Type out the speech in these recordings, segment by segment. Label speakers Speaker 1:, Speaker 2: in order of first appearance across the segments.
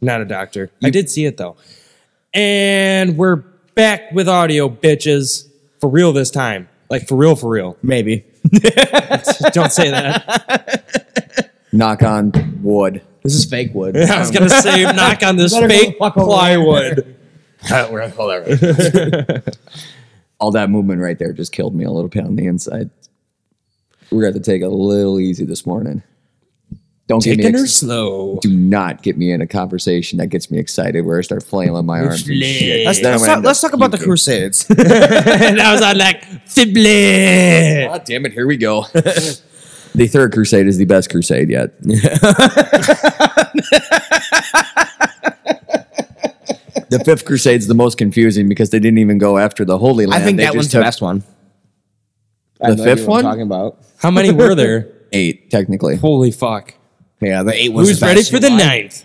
Speaker 1: Not a doctor. I did see it though. And we're back with audio, bitches. For real this time. Like for real, for real.
Speaker 2: Maybe.
Speaker 1: Don't say that.
Speaker 2: Knock on wood. This is fake wood.
Speaker 1: I was gonna say knock on this
Speaker 2: Better go
Speaker 1: fake
Speaker 2: fuck over
Speaker 1: plywood.
Speaker 3: We're gonna call that right.
Speaker 2: All that movement right there just killed me a little bit on the inside. We're going to take it a little easy this morning. Don't get me
Speaker 1: Taking her
Speaker 2: ex-
Speaker 1: slow.
Speaker 2: do not get me in a conversation that gets me excited where I start flailing my arms. and shit.
Speaker 1: Let's-
Speaker 2: Then I'm
Speaker 4: Let's,
Speaker 2: gonna
Speaker 4: talk,
Speaker 2: end
Speaker 4: let's
Speaker 2: up
Speaker 4: talk about the
Speaker 2: puking.
Speaker 4: Crusades.
Speaker 1: and I was on like fibly.
Speaker 2: God damn it, here we go. the third crusade is the best crusade yet. the fifth crusade's the most confusing because they didn't even go after the Holy Land.
Speaker 4: I think
Speaker 2: They
Speaker 4: that
Speaker 2: just
Speaker 4: one's the
Speaker 2: took
Speaker 4: best one.
Speaker 2: The fifth one?
Speaker 4: talking about.
Speaker 1: How many were there?
Speaker 2: Eight, technically.
Speaker 1: Holy fuck.
Speaker 4: Yeah, the eight one's
Speaker 1: Who's
Speaker 4: the
Speaker 1: ready
Speaker 4: best.
Speaker 1: for the
Speaker 4: You know why?
Speaker 1: ninth?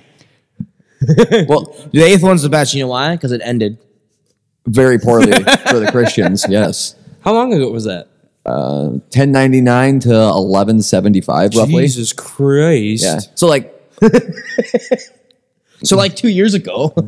Speaker 2: Well,
Speaker 4: The eighth one's the best. You know why? Because it ended.
Speaker 2: very poorly for the Christians, yes.
Speaker 1: How long ago was that?
Speaker 2: 1099 to 1175, roughly.
Speaker 1: Jesus Christ.
Speaker 2: Yeah. So, like,
Speaker 4: So like two years ago.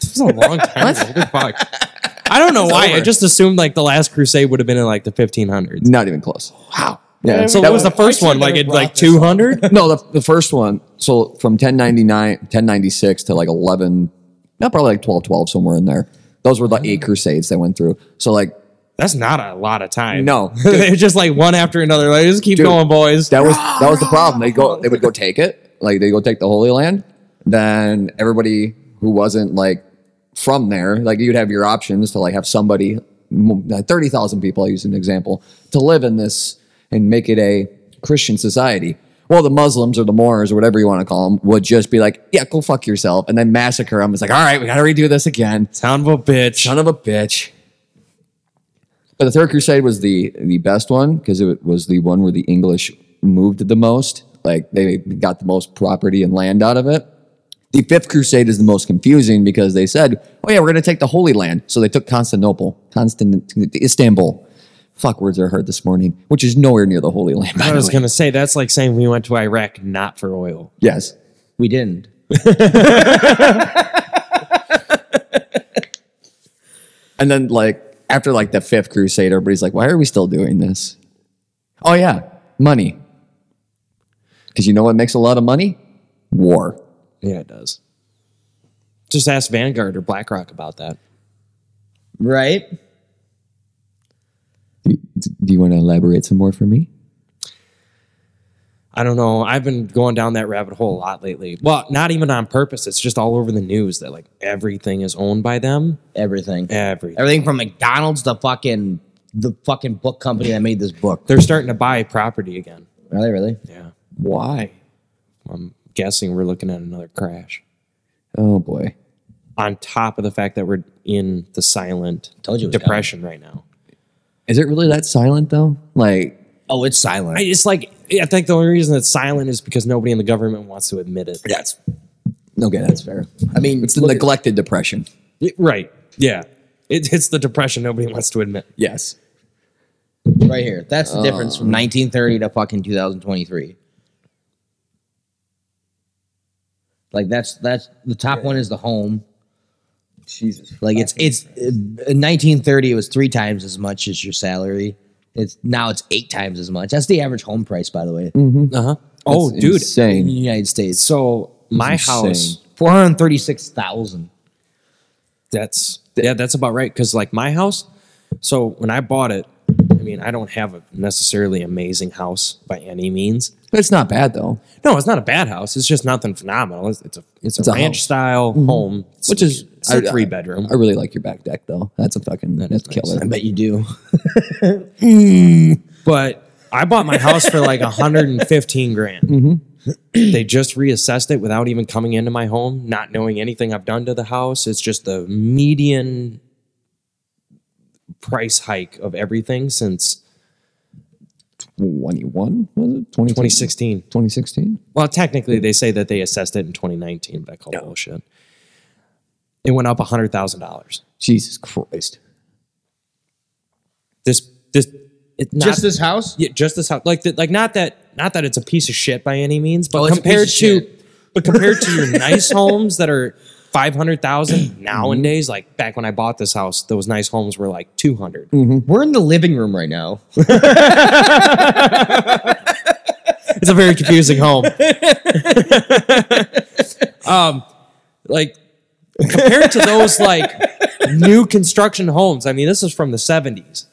Speaker 1: This was a long time ago. Holy fuck. I don't know why. I just assumed like the last crusade would have been in like the 1500s.
Speaker 2: not even close. Wow. Yeah.
Speaker 1: So what was the first one? Like in like 200?
Speaker 2: no, the, the first one. So from 1099, 1096 to like 11, not probably like 1212, somewhere in there. Those were the eight crusades they went through. So like
Speaker 1: That's not a lot of time.
Speaker 2: No.
Speaker 1: They're just like one after another. Like just keep
Speaker 2: Dude.
Speaker 1: going, boys.
Speaker 2: that was that was the problem. They go they would go take it. Like they go take the Holy Land. Then everybody who wasn't like from there, like you'd have your options to like have somebody uh, thirty thousand people. I use an example to live in this and make it a Christian society. Well, the Muslims or the Moors or whatever you want to call them would just be like, "Yeah, go fuck yourself," and then massacre them. It's like, "All right, we got to redo this again."
Speaker 1: Sound of a bitch.
Speaker 2: Son of a bitch. But the Third Crusade was the the best one because it was the one where the English moved the most. Like they got the most property and land out of it. The Fifth Crusade is the most confusing because they said, "Oh yeah, we're going to take the Holy Land," so they took Constantinople, Constant Istanbul. Fuck words I heard this morning, which is nowhere near the Holy Land. By
Speaker 1: I
Speaker 2: the
Speaker 1: was
Speaker 2: way.
Speaker 1: going to say that's like saying we went to Iraq not for oil.
Speaker 2: yes,
Speaker 4: we didn't.
Speaker 2: And then like after like the fifth crusade, everybody's like, why are we still doing this? Oh yeah, money. Because you know what makes a lot of money? War.
Speaker 1: Yeah, it does. Just ask Vanguard or BlackRock about that.
Speaker 4: Right?
Speaker 2: Do, do you want to elaborate some more for me?
Speaker 1: I don't know. I've been going down that rabbit hole a lot lately. Well, not even on purpose. It's just all over the news that like everything is owned by them.
Speaker 4: Everything.
Speaker 1: Everything.
Speaker 4: Everything from McDonald's to fucking the fucking book company that made this book.
Speaker 1: They're starting to buy property again.
Speaker 4: Are they really?
Speaker 1: Yeah.
Speaker 2: Why?
Speaker 1: I'm guessing we're looking at another crash.
Speaker 2: Oh boy.
Speaker 1: On top of the fact that we're in the silent
Speaker 4: Told you it was
Speaker 1: depression right now.
Speaker 2: Is it really that silent though? Like,
Speaker 4: Oh, it's silent.
Speaker 1: I- It's like I think the only reason it's silent is because nobody in the government wants to admit it.
Speaker 2: that's okay. That's fair.
Speaker 4: I mean,
Speaker 2: It's the
Speaker 4: look at-
Speaker 2: neglected depression.
Speaker 1: It- right. Yeah. It, it's the depression nobody wants to admit.
Speaker 2: Yes.
Speaker 4: right here. That's the difference from 1930 to fucking 2023. Like that's that's the top one is the home.
Speaker 2: Jesus.
Speaker 4: Like it's it's in 1930 it was three times as much as your salary. It's now it's eight times as much. That's the average home price, by the way,
Speaker 1: Uh huh. Oh,
Speaker 2: That's
Speaker 1: dude.
Speaker 4: in the
Speaker 2: Insane.
Speaker 4: United States. So
Speaker 1: So my
Speaker 2: insane.
Speaker 1: house.
Speaker 4: four hundred thirty-six thousand.
Speaker 1: That's yeah, that's about right. Because like my house, so when I bought it, I mean I don't have a necessarily amazing house by any means.
Speaker 2: But it's not bad though.
Speaker 1: No, it's not a bad house. It's just nothing phenomenal. It's, it's a it's a
Speaker 2: It's a
Speaker 1: ranch
Speaker 2: house.
Speaker 1: style home,
Speaker 2: Which is
Speaker 1: it's a three bedroom.
Speaker 2: I really like your back deck though. That's a fucking that's
Speaker 1: nice.
Speaker 2: killer.
Speaker 4: I bet you do.
Speaker 1: but I bought my house for like 115 grand. They just reassessed it without even coming into my home, not knowing anything I've done to the house. It's just the median price hike of everything since
Speaker 2: 21 was it
Speaker 1: 2016.
Speaker 2: 2016 2016
Speaker 1: Well, technically, they say that they assessed it in 2019. That call bullshit. It went up hundred thousand dollars.
Speaker 2: jesus christ
Speaker 1: This this it, not,
Speaker 4: Just this house?
Speaker 1: yeah, just this house. Like that like not that not that it's a piece of shit by any means, but
Speaker 4: Oh, it's a
Speaker 1: compared
Speaker 4: piece of
Speaker 1: to but compared to your nice homes that are five hundred thousand nowadays, like back when I bought this house, those nice homes were like two
Speaker 4: We're in the living room right now.
Speaker 1: it's a very confusing home. um, like compared to those like new construction homes, I mean, this is from the seventies.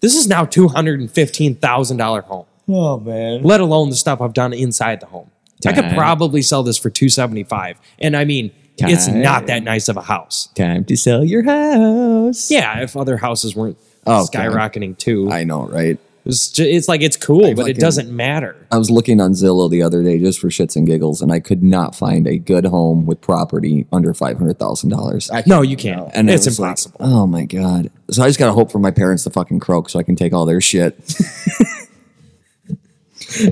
Speaker 1: This is now two hundred and fifteen thousand dollar home.
Speaker 4: Oh man.
Speaker 1: Let alone the stuff I've done inside the home. I could
Speaker 2: Time.
Speaker 1: probably sell this for two seventy five, and I mean, it's
Speaker 2: Time.
Speaker 1: not that nice of a house.
Speaker 2: time to sell your house
Speaker 1: Yeah, if other houses weren't
Speaker 2: Oh, God.
Speaker 1: skyrocketing too,
Speaker 2: i know right
Speaker 1: it's, ju- it's like it's cool, but it
Speaker 2: fucking-
Speaker 1: doesn't matter.
Speaker 2: i was looking on zillow the other day just for shits and giggles and i could not find a good home with property under $500000
Speaker 1: No, you can't.
Speaker 2: and I
Speaker 1: it's
Speaker 2: was like,
Speaker 1: impossible.
Speaker 2: oh my god! So I just gotta hope for my parents to fucking croak so I can take all their shit.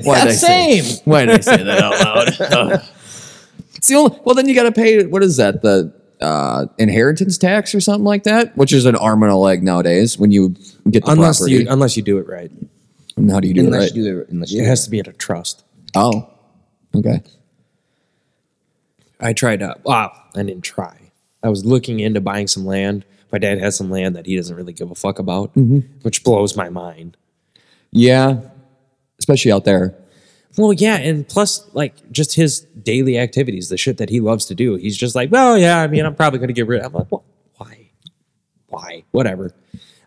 Speaker 2: Why did I say?
Speaker 4: Same.
Speaker 2: Why did I say that out loud? Ugh. it's the only. Well, then you gotta pay. What is that? The uh, inheritance tax or something like that, which is an arm and a leg nowadays. When you get the
Speaker 1: unless
Speaker 2: property,
Speaker 1: you uh, unless you do it right.
Speaker 2: And how do you do
Speaker 4: Unless
Speaker 2: it?
Speaker 4: you
Speaker 2: Right?
Speaker 4: do the unless you
Speaker 1: It
Speaker 4: do
Speaker 1: has to be at a trust.
Speaker 2: oh, okay.
Speaker 1: I tried to. Wow, I didn't try. I was looking into buying some land. My dad has some land that he doesn't really give a fuck about,
Speaker 2: Mm-hmm.
Speaker 1: which blows my mind.
Speaker 2: Yeah, especially out there.
Speaker 1: Well, yeah, and plus, like, just his daily activities, the shit that he loves to do. He's just like, well, yeah, I mean, I'm probably going to get rid. I'm like, well, why? Why? Whatever.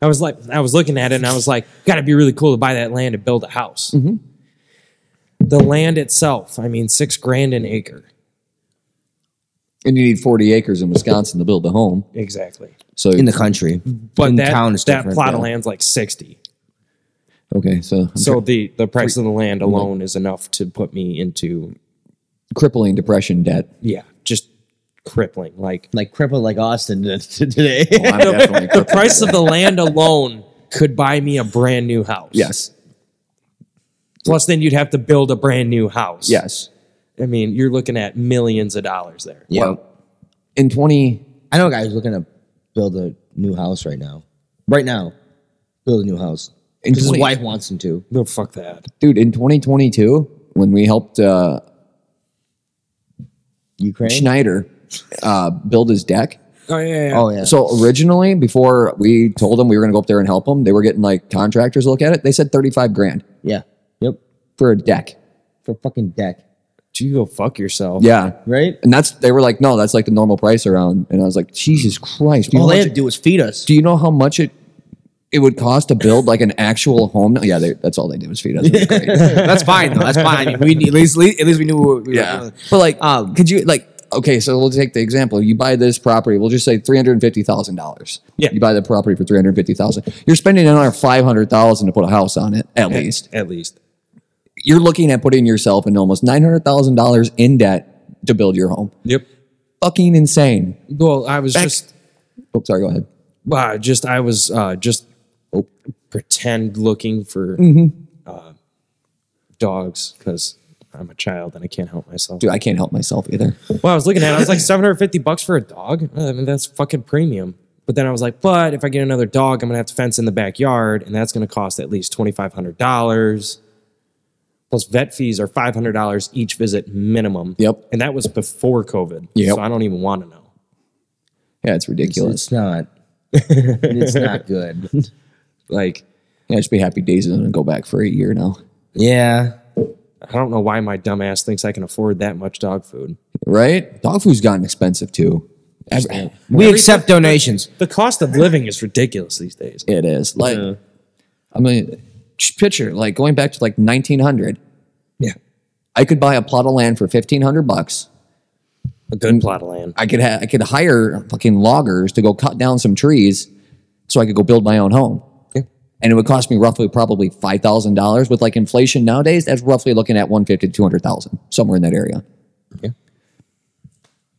Speaker 1: I was like, I was looking at it, and I was like, got to be really cool to buy that land and build a house.
Speaker 4: Mm-hmm.
Speaker 1: The land itself, I mean, six grand an acre.
Speaker 2: And you need 40 acres in Wisconsin to build a home.
Speaker 1: Exactly.
Speaker 2: So
Speaker 4: it. in the country.
Speaker 1: but
Speaker 4: in
Speaker 1: that,
Speaker 4: town is
Speaker 1: that
Speaker 4: different,
Speaker 1: plot
Speaker 4: yeah.
Speaker 1: of land's like 60
Speaker 2: okay, so I'm
Speaker 1: so the the price of the land
Speaker 4: Mm-hmm.
Speaker 1: alone is enough to put me into
Speaker 2: crippling depression debt.
Speaker 1: yeah just crippling like
Speaker 4: Like crippled like Austin did today.
Speaker 2: I'm definitely
Speaker 1: the price of the land alone could buy me a brand new house
Speaker 2: Yes.
Speaker 1: plus then you'd have to build a brand new house
Speaker 2: Yes.
Speaker 1: i mean you're looking at millions of dollars there
Speaker 4: yeah.
Speaker 2: Well, in 20,
Speaker 4: I know a guy who's looking to build a new house right now. Right now. Build a new house.
Speaker 2: In
Speaker 4: Because his
Speaker 2: 20
Speaker 4: wife wants him to.
Speaker 1: no fuck that
Speaker 2: dude, in 2022, when we helped uh,
Speaker 4: Ukraine?
Speaker 2: Schneider uh, build his deck.
Speaker 1: oh yeah,
Speaker 4: Oh yeah.
Speaker 2: So originally, before we told them we were going to go up there and help them, they were getting like contractors to look at it. They said 35 grand
Speaker 4: yeah. Yep.
Speaker 2: for a deck.
Speaker 4: For fucking deck.
Speaker 1: you go fuck yourself
Speaker 2: Yeah.
Speaker 4: Right?
Speaker 2: And that's, they were like, no, that's like the normal price around. And I was like, Jesus Christ. Do you,
Speaker 4: All
Speaker 2: know,
Speaker 4: they
Speaker 2: how
Speaker 4: had
Speaker 2: much-
Speaker 4: to do was feed us.
Speaker 2: do you know how much it, it would cost to build like an actual home? Yeah, they, that's all they did was feed us. It was great.
Speaker 4: That's fine though. That's fine. I mean, we at least at least we knew what we
Speaker 2: Yeah. But like,
Speaker 4: Um,
Speaker 2: could you like? Okay, so we'll take the example. You buy this property. We'll just say three hundred fifty thousand dollars.
Speaker 1: Yeah.
Speaker 2: You buy the property for three hundred fifty thousand. You're spending another five hundred thousand to put a house on it, at least.
Speaker 1: at least
Speaker 2: You're looking at putting yourself in almost nine hundred thousand dollars in debt to build your home.
Speaker 1: yep
Speaker 2: Fucking insane.
Speaker 1: well i was just
Speaker 2: Oh, sorry. Go ahead.
Speaker 1: Wow, just I was uh, just pretend looking for uh,
Speaker 2: Mm-hmm.
Speaker 1: dogs because I'm a child and I can't help myself.
Speaker 2: Dude, I can't help myself either.
Speaker 1: Well, I was looking at, it, I was like 750 bucks for a dog. Uh, I mean, that's fucking premium. But then I was like, but if I get another dog, I'm gonna have to fence in the backyard, and that's gonna cost at least twenty five hundred dollars. Plus, vet fees are five hundred dollars each visit minimum.
Speaker 2: Yep.
Speaker 1: and that was before COVID.
Speaker 2: Yep.
Speaker 1: so I don't even want to know.
Speaker 2: Yeah, it's ridiculous.
Speaker 4: It's not. it's not good.
Speaker 1: Like,
Speaker 2: Yeah, just be happy days and then go back for a year now.
Speaker 4: Yeah.
Speaker 1: I don't know why my dumbass thinks I can afford that much dog food.
Speaker 2: Right? Dog food's gotten expensive too. Every-
Speaker 4: We accept donations.
Speaker 1: The cost of living is ridiculous these days.
Speaker 2: It is like, I mean, just picture like going back to like 1900.
Speaker 1: Yeah.
Speaker 2: I could buy a plot of land for 1500 bucks.
Speaker 1: A good plot of land.
Speaker 2: I could ha- I could hire fucking loggers to go cut down some trees, so I could go build my own home.
Speaker 1: Yeah.
Speaker 2: And it would cost me roughly probably five thousand dollars with like inflation nowadays. That's roughly looking at one fifty to two hundred thousand somewhere in that area.
Speaker 1: Yeah.
Speaker 2: eh,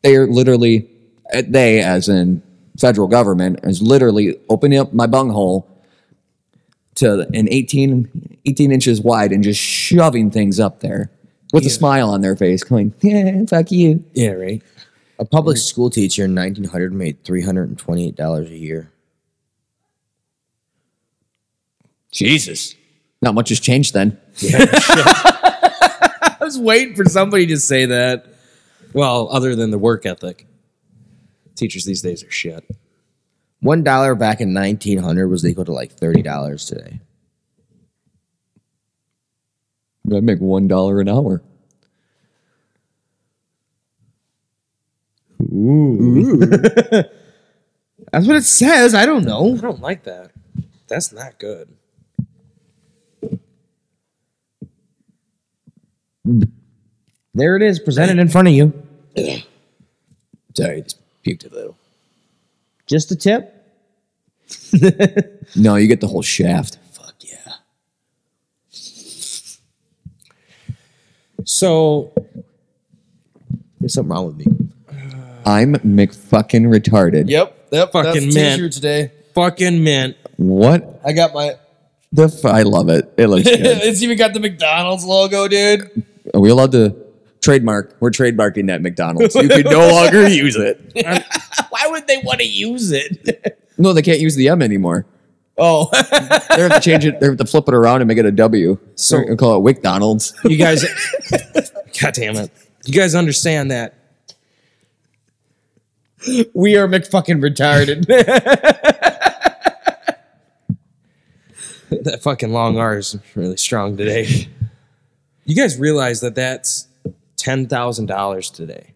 Speaker 2: They are literally they as in federal government is literally opening up my bunghole to an 18, 18 inches wide and just shoving things up there with a smile on their face, going, yeah, fuck you.
Speaker 1: Yeah, right.
Speaker 4: A public school teacher in 1900 made $328 a year.
Speaker 2: Jesus. Not much has changed then.
Speaker 4: I was waiting for somebody to say that.
Speaker 1: Well, other than the work ethic, teachers these days are shit.
Speaker 4: One dollar back in 1900 was equal to like thirty dollars today.
Speaker 2: I make one dollar an hour.
Speaker 4: That's what it says. I don't know.
Speaker 1: I don't like that. That's not good.
Speaker 4: There it is, presented in front of you.
Speaker 2: Sorry, just puked a little.
Speaker 4: Just a tip.
Speaker 2: No, you get the whole shaft. Fuck yeah.
Speaker 1: So
Speaker 4: There's something wrong with me.
Speaker 2: I'm McFucking retarded.
Speaker 3: Yep. Yep.
Speaker 1: Fucking
Speaker 3: that's
Speaker 1: man.
Speaker 3: T-shirt today.
Speaker 1: fucking mint.
Speaker 2: What
Speaker 3: I got my.
Speaker 2: the? F- I love it. It looks good.
Speaker 3: it's even got the McDonald's logo, dude.
Speaker 2: Are we allowed to trademark? We're trademarking that McDonald's. You can no longer use it.
Speaker 3: Why would they want to use it?
Speaker 2: No, they can't use the M anymore.
Speaker 3: oh,
Speaker 2: They have to change it. They have to flip it around and make it a W. So
Speaker 1: So-
Speaker 2: we call it McDonald's.
Speaker 1: You guys, god damn it! You guys understand that
Speaker 4: We are McFucking retarded.
Speaker 1: that fucking long R is really strong today. You guys realize that that's ten thousand dollars today,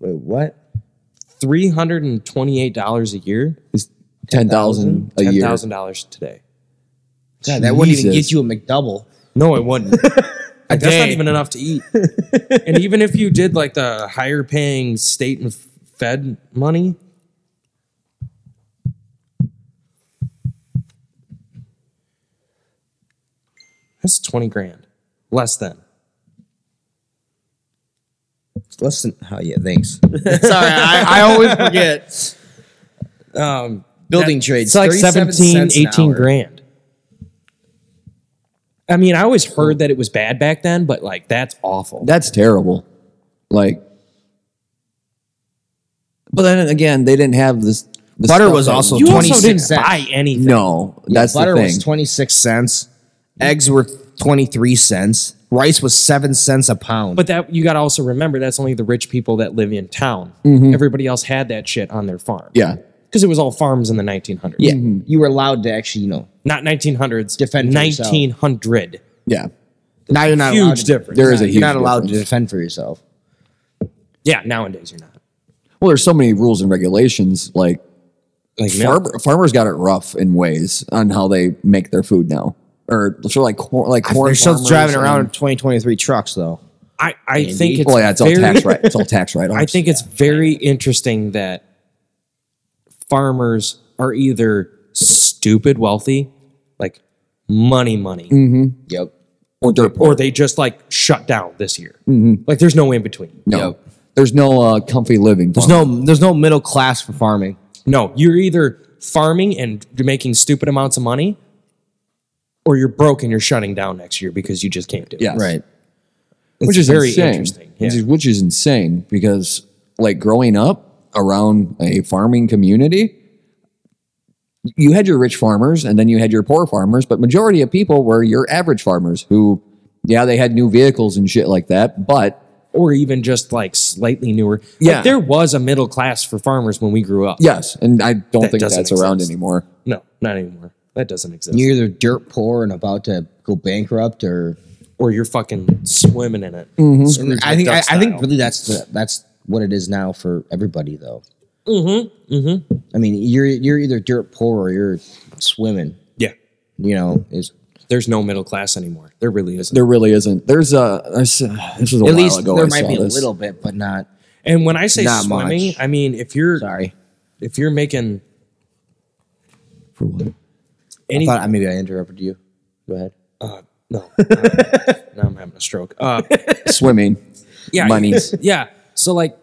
Speaker 4: Wait, what?
Speaker 1: three hundred and twenty-eight dollars a year,
Speaker 2: It's ten thousand a
Speaker 1: ten
Speaker 2: year.
Speaker 1: thousand dollars today.
Speaker 4: God, that wouldn't even
Speaker 2: Jesus.
Speaker 4: get you a McDouble.
Speaker 1: No, it wouldn't. Like, that's not
Speaker 4: day.
Speaker 1: even enough to eat. and even if you did like the higher paying state and fed money, that's 20 grand. Less than.
Speaker 4: Listen, oh yeah, thanks. Sorry, I, I always forget.
Speaker 1: Um,
Speaker 4: Building trades.
Speaker 1: it's like
Speaker 4: 37
Speaker 1: 17,
Speaker 4: cents an
Speaker 1: 18
Speaker 4: hour.
Speaker 1: grand. I mean, I always heard that it was bad back then, but like that's awful.
Speaker 2: That's terrible. Like, but then again, they didn't have this. this
Speaker 4: Butter
Speaker 2: stuff
Speaker 4: was
Speaker 2: that-
Speaker 4: also
Speaker 1: you also
Speaker 4: 26
Speaker 1: didn't
Speaker 4: cents.
Speaker 1: buy anything.
Speaker 2: no. That's
Speaker 4: butter
Speaker 2: the thing.
Speaker 4: was 26 cents. Eggs were 23 cents. Rice was 7 cents a pound.
Speaker 1: But that you got to also remember that's only the rich people that live in town. Everybody else had that shit on their farm.
Speaker 2: Mm-hmm. yeah,
Speaker 1: Because it was all farms in the 1900s.
Speaker 4: yeah, you were allowed to actually, you know,
Speaker 1: Not 1900s.
Speaker 4: Defend for yourself.
Speaker 1: 1900.
Speaker 2: yeah.
Speaker 4: now you're not
Speaker 1: Huge
Speaker 4: allowed to-
Speaker 1: difference.
Speaker 2: There is a
Speaker 4: you're not
Speaker 2: huge
Speaker 4: allowed to
Speaker 2: difference.
Speaker 4: defend for yourself.
Speaker 1: Yeah, nowadays you're not.
Speaker 2: Well, there's so many rules and regulations. Like,
Speaker 1: Like milk.
Speaker 2: farmer, farmers got it rough in ways on how they make their food now, or so like corn, like corn.
Speaker 4: They're still
Speaker 2: farmers
Speaker 4: driving
Speaker 2: and-
Speaker 4: around in 2023 trucks, though.
Speaker 1: I, I think it's
Speaker 2: Well, Oh, yeah, it's all
Speaker 1: very,
Speaker 2: tax right. It's all tax right.
Speaker 1: I think it's very interesting that farmers are either stupid wealthy, like money, money,
Speaker 2: Mm.
Speaker 4: Yep.
Speaker 2: or they're
Speaker 1: or they just like shut down this year.
Speaker 2: Mm-hmm.
Speaker 1: Like there's no in between.
Speaker 2: no. There's no uh, comfy living.
Speaker 4: There's no, there's no middle class for farming.
Speaker 1: No, you're either farming and making stupid amounts of money, or you're broke and you're shutting down next year because you just can't do it.
Speaker 2: Yes.
Speaker 1: It's
Speaker 2: which is
Speaker 1: very
Speaker 2: insane.
Speaker 1: interesting, yeah.
Speaker 2: Which, is, which is insane because like growing up around a farming community, you had your rich farmers and then you had your poor farmers, but majority of people were your average farmers who, yeah, they had new vehicles and shit like that, but
Speaker 1: or even just like slightly newer. Like,
Speaker 2: Yeah.
Speaker 1: there was a middle class for farmers when we grew up.
Speaker 2: yes, and I don't
Speaker 1: That
Speaker 2: think
Speaker 1: doesn't
Speaker 2: that's
Speaker 1: make
Speaker 2: around
Speaker 1: sense.
Speaker 2: anymore.
Speaker 1: No, not anymore. That doesn't exist.
Speaker 4: You're either dirt poor and about to go bankrupt, or
Speaker 1: or you're fucking swimming in it. Scrooge
Speaker 4: Mm-hmm. I think I,
Speaker 1: McDuck
Speaker 4: I think
Speaker 1: style.
Speaker 4: really that's the, that's what it is now for everybody, though. Mm-hmm. Mm-hmm. I mean, you're you're either dirt poor or you're swimming.
Speaker 1: Yeah.
Speaker 4: You know, is
Speaker 1: There's no middle class anymore. There really isn't.
Speaker 2: There really isn't. There's a there's, uh, this was a
Speaker 4: at
Speaker 2: while
Speaker 4: least
Speaker 2: ago.
Speaker 4: there
Speaker 2: I
Speaker 4: might
Speaker 2: saw
Speaker 4: be a
Speaker 2: this.
Speaker 4: little bit, but not.
Speaker 1: and when I say
Speaker 4: Not
Speaker 1: swimming,
Speaker 4: much.
Speaker 1: I mean if you're
Speaker 4: Sorry,
Speaker 1: if you're making
Speaker 2: For what?
Speaker 1: any
Speaker 4: I thought I- maybe I interrupted you. Go ahead.
Speaker 1: no, Uh, now I'm having a stroke. Uh,
Speaker 2: swimming.
Speaker 1: yeah,
Speaker 2: Monies.
Speaker 1: yeah. So like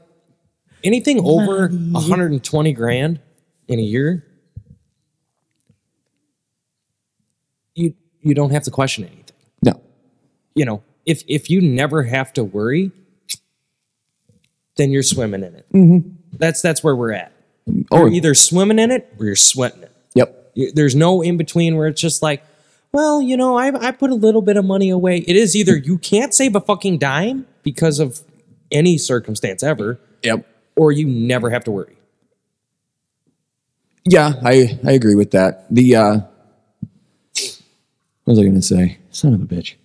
Speaker 1: anything over 120 grand in a year, you you don't have to question anything.
Speaker 2: No.
Speaker 1: You know, if if you never have to worry, then you're swimming in it. That's that's where we're at.
Speaker 2: Oh,
Speaker 1: You're either swimming in it or you're sweating it.
Speaker 2: yep.
Speaker 1: You- There's no in between where it's just like, well, you know, I, I put a little bit of money away. It is either you can't save a fucking dime because of any circumstance ever,
Speaker 2: Yep.
Speaker 1: or you never have to worry.
Speaker 2: Yeah, I, I agree with that. The uh, what was I going to say? Son of a bitch.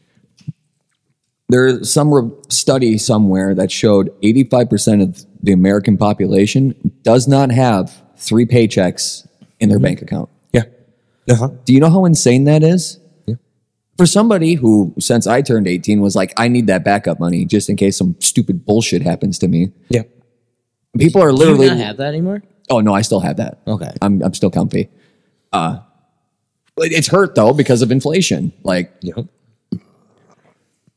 Speaker 2: There's some re- study somewhere that showed 85% of the American population does not have three paychecks in
Speaker 4: Mm-hmm.
Speaker 2: their bank account.
Speaker 1: Yeah. Uh
Speaker 4: Uh-huh.
Speaker 1: huh.
Speaker 2: Do you know how insane that is? For somebody who, since I turned 18, was like, I need that backup money just in case some stupid bullshit happens to me.
Speaker 1: Yeah.
Speaker 2: People are
Speaker 4: Do you
Speaker 2: literally.
Speaker 4: not have that anymore?
Speaker 2: Oh no, I still have that.
Speaker 4: Okay.
Speaker 2: I'm I'm still comfy. Uh but it's hurt though because of inflation. Like
Speaker 1: Yep.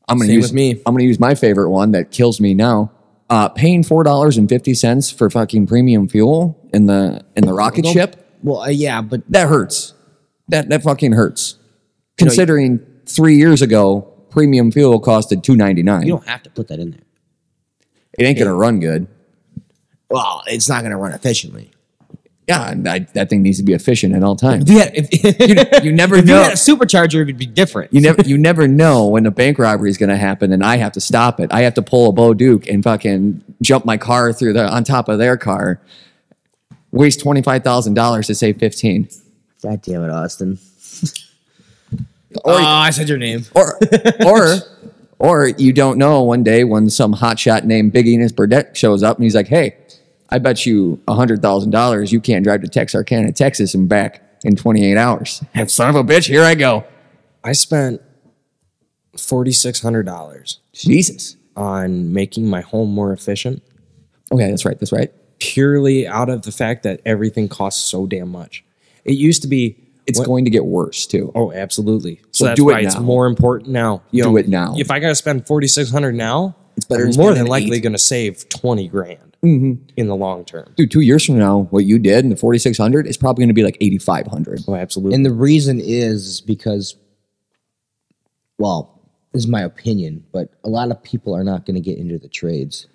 Speaker 2: I'm gonna
Speaker 1: Same
Speaker 2: use
Speaker 1: with me.
Speaker 2: I'm gonna use my favorite one that kills me now. Uh paying four dollars and fifty cents for fucking premium fuel in the in the rocket ship.
Speaker 4: Well, uh, yeah, but
Speaker 2: That hurts. That that fucking hurts. Considering three years ago premium fuel costed two ninety nine.
Speaker 4: you
Speaker 2: It
Speaker 4: don't have to put that in there.
Speaker 2: ain't gonna run good.
Speaker 4: Well, it's not going to run efficiently.
Speaker 2: Yeah, and I, that thing needs to be efficient at all times.
Speaker 4: Yeah, if, you,
Speaker 2: You never know.
Speaker 4: had a supercharger, it would be different.
Speaker 2: You never, you never know when a bank robbery is going to happen, and I have to stop it. I have to pull a Bo Duke and fucking jump my car through the on top of their car, waste twenty five thousand dollars to save fifteen.
Speaker 4: God damn it, Austin.
Speaker 2: Or-
Speaker 4: oh,
Speaker 2: Ah.
Speaker 4: I said your name.
Speaker 2: Or, or, or you don't know one day when some hotshot named Big Enos Burdett shows up and he's like, "Hey, I bet you hundred thousand dollars you can't drive to Texarkana, Texas, and back in twenty eight hours." And son of a bitch, here I go.
Speaker 1: I spent forty six hundred dollars
Speaker 2: Jesus.
Speaker 1: on making my home more efficient,
Speaker 2: Okay, that's right. That's right.
Speaker 1: purely out of the fact that everything costs so damn much. It used to be.
Speaker 2: It's
Speaker 1: what-
Speaker 2: going to get worse too.
Speaker 1: Oh, absolutely. So, that's
Speaker 2: do it
Speaker 1: why it's
Speaker 2: now.
Speaker 1: more important now. You
Speaker 2: Do it now.
Speaker 1: If I gotta spend forty six hundred now, it's
Speaker 2: better
Speaker 1: better.
Speaker 2: to
Speaker 1: I'm more
Speaker 2: spend
Speaker 1: than
Speaker 2: it
Speaker 1: likely
Speaker 2: eight. Mm-hmm.
Speaker 1: gonna save twenty grand in the long term.
Speaker 2: dude, two years from now, what you did in the 4600 is probably going to be like 8500.
Speaker 1: Oh, absolutely.
Speaker 4: And the reason is because, well, this is my opinion, but a lot of people are not going to get into the trades.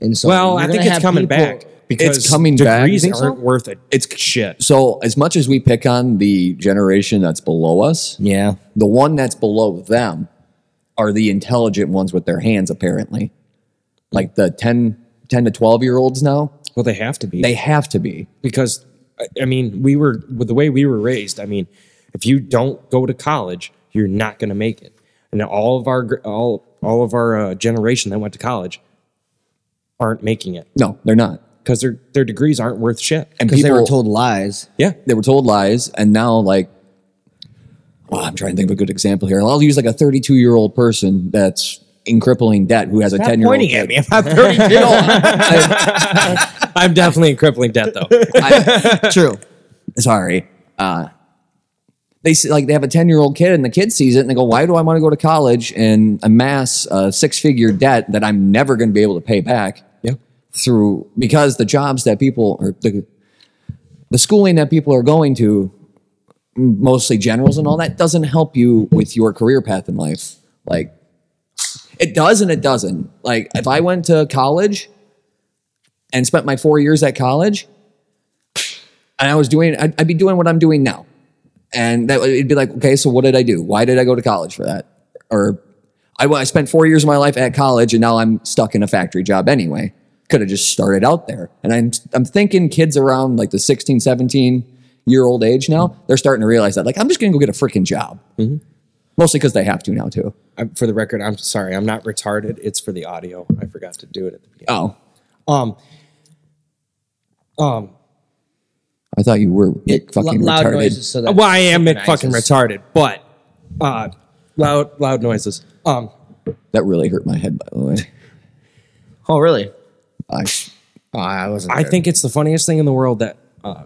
Speaker 4: And so,
Speaker 1: well,
Speaker 4: you're
Speaker 1: I
Speaker 4: gonna
Speaker 1: think it's
Speaker 4: have
Speaker 1: coming
Speaker 4: people-
Speaker 1: back because
Speaker 2: coming back.
Speaker 1: degrees
Speaker 2: Think so?
Speaker 1: aren't worth it. It's shit.
Speaker 2: So, as much as we pick on the generation that's below us,
Speaker 4: Yeah.
Speaker 2: the one that's below them are the intelligent ones with their hands, apparently. Like the 10, 10 to 12 year olds now,
Speaker 1: Well, they have to be.
Speaker 2: they have to be.
Speaker 1: because I- I mean, we were with the way we were raised. I mean, if you don't go to college, you're not going to make it. And all of our gr- all all of our uh, generation that went to college aren't making it
Speaker 2: No, they're not.
Speaker 1: because their their degrees aren't worth shit.
Speaker 2: And
Speaker 4: Because
Speaker 2: people
Speaker 4: they were told lies.
Speaker 1: yeah,
Speaker 2: they were told lies, and now like, well, I'm trying to think of a good example here. I'll use like a 32 year old person that's in crippling debt who has a 10 year old.
Speaker 1: pointing at me. I'm not 32. I'm definitely in crippling debt though.
Speaker 4: True.
Speaker 2: sorry. Uh, they see, like they have a ten year old kid, and the kid sees it, and they go, "Why do I want to go to college and amass a six figure debt that I'm never going to be able to pay back?"
Speaker 1: Yeah.
Speaker 2: Through because the jobs that people or the the schooling that people are going to, mostly generals and all that, doesn't help you with your career path in life. Like it does and it doesn't. Like if I went to college and spent my four years at college, and I was doing, I'd, I'd be doing what I'm doing now. And that would- it'd be like, okay, so what did I do? Why did I go to college for that? Or I, I spent four years of my life at college and now I'm stuck in a factory job anyway. Could have just started out there. And I'm, I'm thinking kids around like the 16, 17 year old age now, they're starting to realize that like, I'm just going to go get a freaking job.
Speaker 4: Mm-hmm.
Speaker 2: Mostly because they have to now too.
Speaker 1: I'm, for the record, I'm sorry. I'm not retarded. It's for the audio. I forgot to do it at the beginning.
Speaker 2: Oh,
Speaker 1: Um. Um.
Speaker 2: I thought you were like,
Speaker 4: L-
Speaker 2: fucking
Speaker 4: loud
Speaker 2: retarded.
Speaker 4: noises. So that
Speaker 1: Oh, well, I am
Speaker 4: synchronizes.
Speaker 1: fucking retarded, but uh, loud loud noises. Um,
Speaker 2: That really hurt my head, by the way.
Speaker 4: Oh, really?
Speaker 2: I,
Speaker 4: Oh, I wasn't.
Speaker 1: I think it's the funniest thing in the world that. Uh,